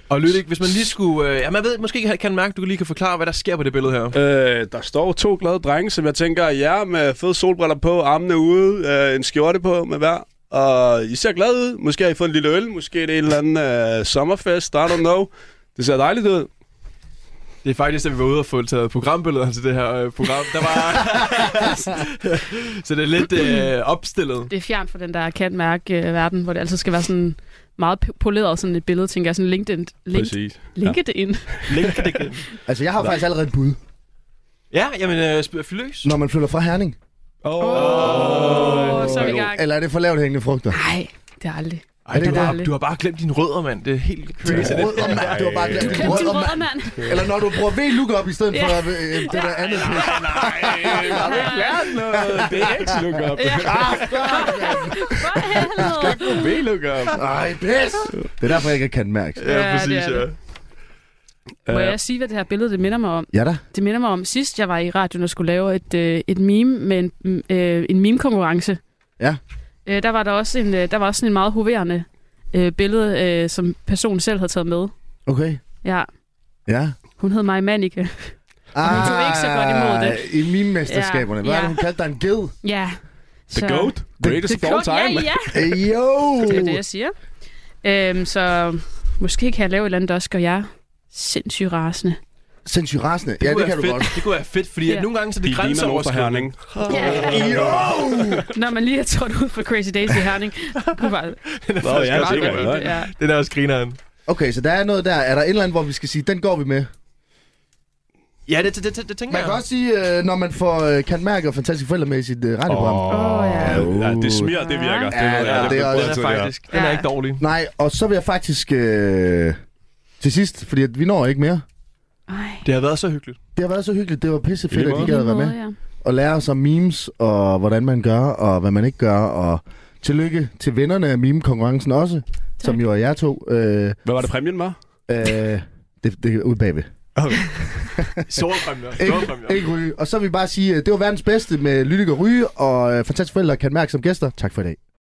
Og Lydik, hvis man lige skulle... Øh, ja, man ved måske ikke, kan mærke, at du lige kan forklare, hvad der sker på det billede her.
Øh, der står to glade drenge, som jeg tænker, ja, med fede solbriller på, armene ude, øh, en skjorte på med hver. Og I ser glade ud. Måske har I fået en lille øl. Måske er det en eller anden øh, sommerfest. I don't know. Det ser dejligt ud.
Det er faktisk, da vi var ude og få taget programbilleder til det her øh, program. Der var... <laughs> så det er lidt øh, opstillet.
Det er fjernt fra den der kan mærke øh, verden, hvor det altid skal være sådan meget p- poleret sådan et billede, tænker jeg, sådan LinkedIn. Link, linke det ind.
Link det igen.
<laughs> altså, jeg har faktisk allerede et bud,
Ja, jamen, øh, sp- fyr løs.
når man flytter fra Herning.
Åh, oh, så er vi i gang.
Eller er det for lavt hængende frugter?
Nej, det er aldrig.
Ej,
det
du,
er
har,
dejligt.
ah, du har bare glemt dine rødder, mand. Det er helt <laughs> crazy.
Rød og mand, du har bare glemt din
Glem din
rød og
rødder,
mand.
mand.
Eller når du bruger V-lookup i stedet
Ja.
for øh, det der andet.
<laughs> Det er ikke look up.
Ah, For helvede.
Vi look up.
Ej, pis! Det er derfor, jeg ikke kan mærke.
Ja, det er det. Må jeg sige, hvad det her billede det minder mig om?
Ja da.
Det minder mig om sidst, jeg var i radioen og skulle lave et, øh, et meme med en, mm, øh, en meme-konkurrence.
Ja.
Øh, der var der også en, øh, der var også sådan en meget hoverende øh, billede, øh, som personen selv havde taget med.
Okay.
Ja,
Ja.
hun hed Maja Manike. hun tog ikke så godt imod det.
Ah, I mine mesterskaberne. Hvad er det, hun kaldte dig en ged?
Ja.
The GOAT. Greatest of
Go-
all time.
Ja, ja.
Ey, Jo!
Det er jo det, jeg siger. Øhm, så måske kan jeg lave et eller andet, der også gør jer sindssygt rasende.
Sindssygt rasende. Ja, det
kunne
kan
være
du
fedt.
godt.
Det kunne være fedt, fordi
Ja.
at nogle gange så er
De
det
ligner nogen fra
grænseoverskridende. <laughs>
Herning.
Jo!
Når man lige er trådt ud for Crazy Days i Herning. Kunne bare,
Nå, ja,
bare
sikkert.
godt,
Løgn.
ja.
Det der også grineren.
Okay, så der er noget der. Er der et eller andet, hvor vi skal sige, den går vi med?
Ja, det, det, det, det tænker
Man
jeg.
kan også sige, øh, når man får øh, Kan Mærke og Fantastiske Forældre med i sit øh, radioprogram. Oh.
Åh, ja.
ja, det smiger, det virker.
Ja,
ved jeg.
ja, det er
bliver
også-
Den
brugt
er
til her.
faktisk. Den er
Ja.
ikke dårlig.
Nej, og så vil jeg faktisk øh, til sidst, fordi at vi når ikke mere.
Ej,
Det har været så hyggeligt.
Det har været så hyggeligt. Det var pisse
I
fedt,
lige
at de
måde.
gad at være med.
ja.
Og lære os om memes, og hvordan man gør, og hvad man ikke gør. Og tillykke til vinderne af meme-konkurrencen også, tak. som jo er jer to. Øh,
Hvad var det, præmien var?
øh, det, det er ud bagved. <laughs>
Solpræmier. Solpræmier.
Ikke, ikke ryge. Og så vil vi bare sige, øh, det var verdens bedste med Lydik og Ryge, og øh, fantastiske forældre kan mærke som gæster. Tak for i dag.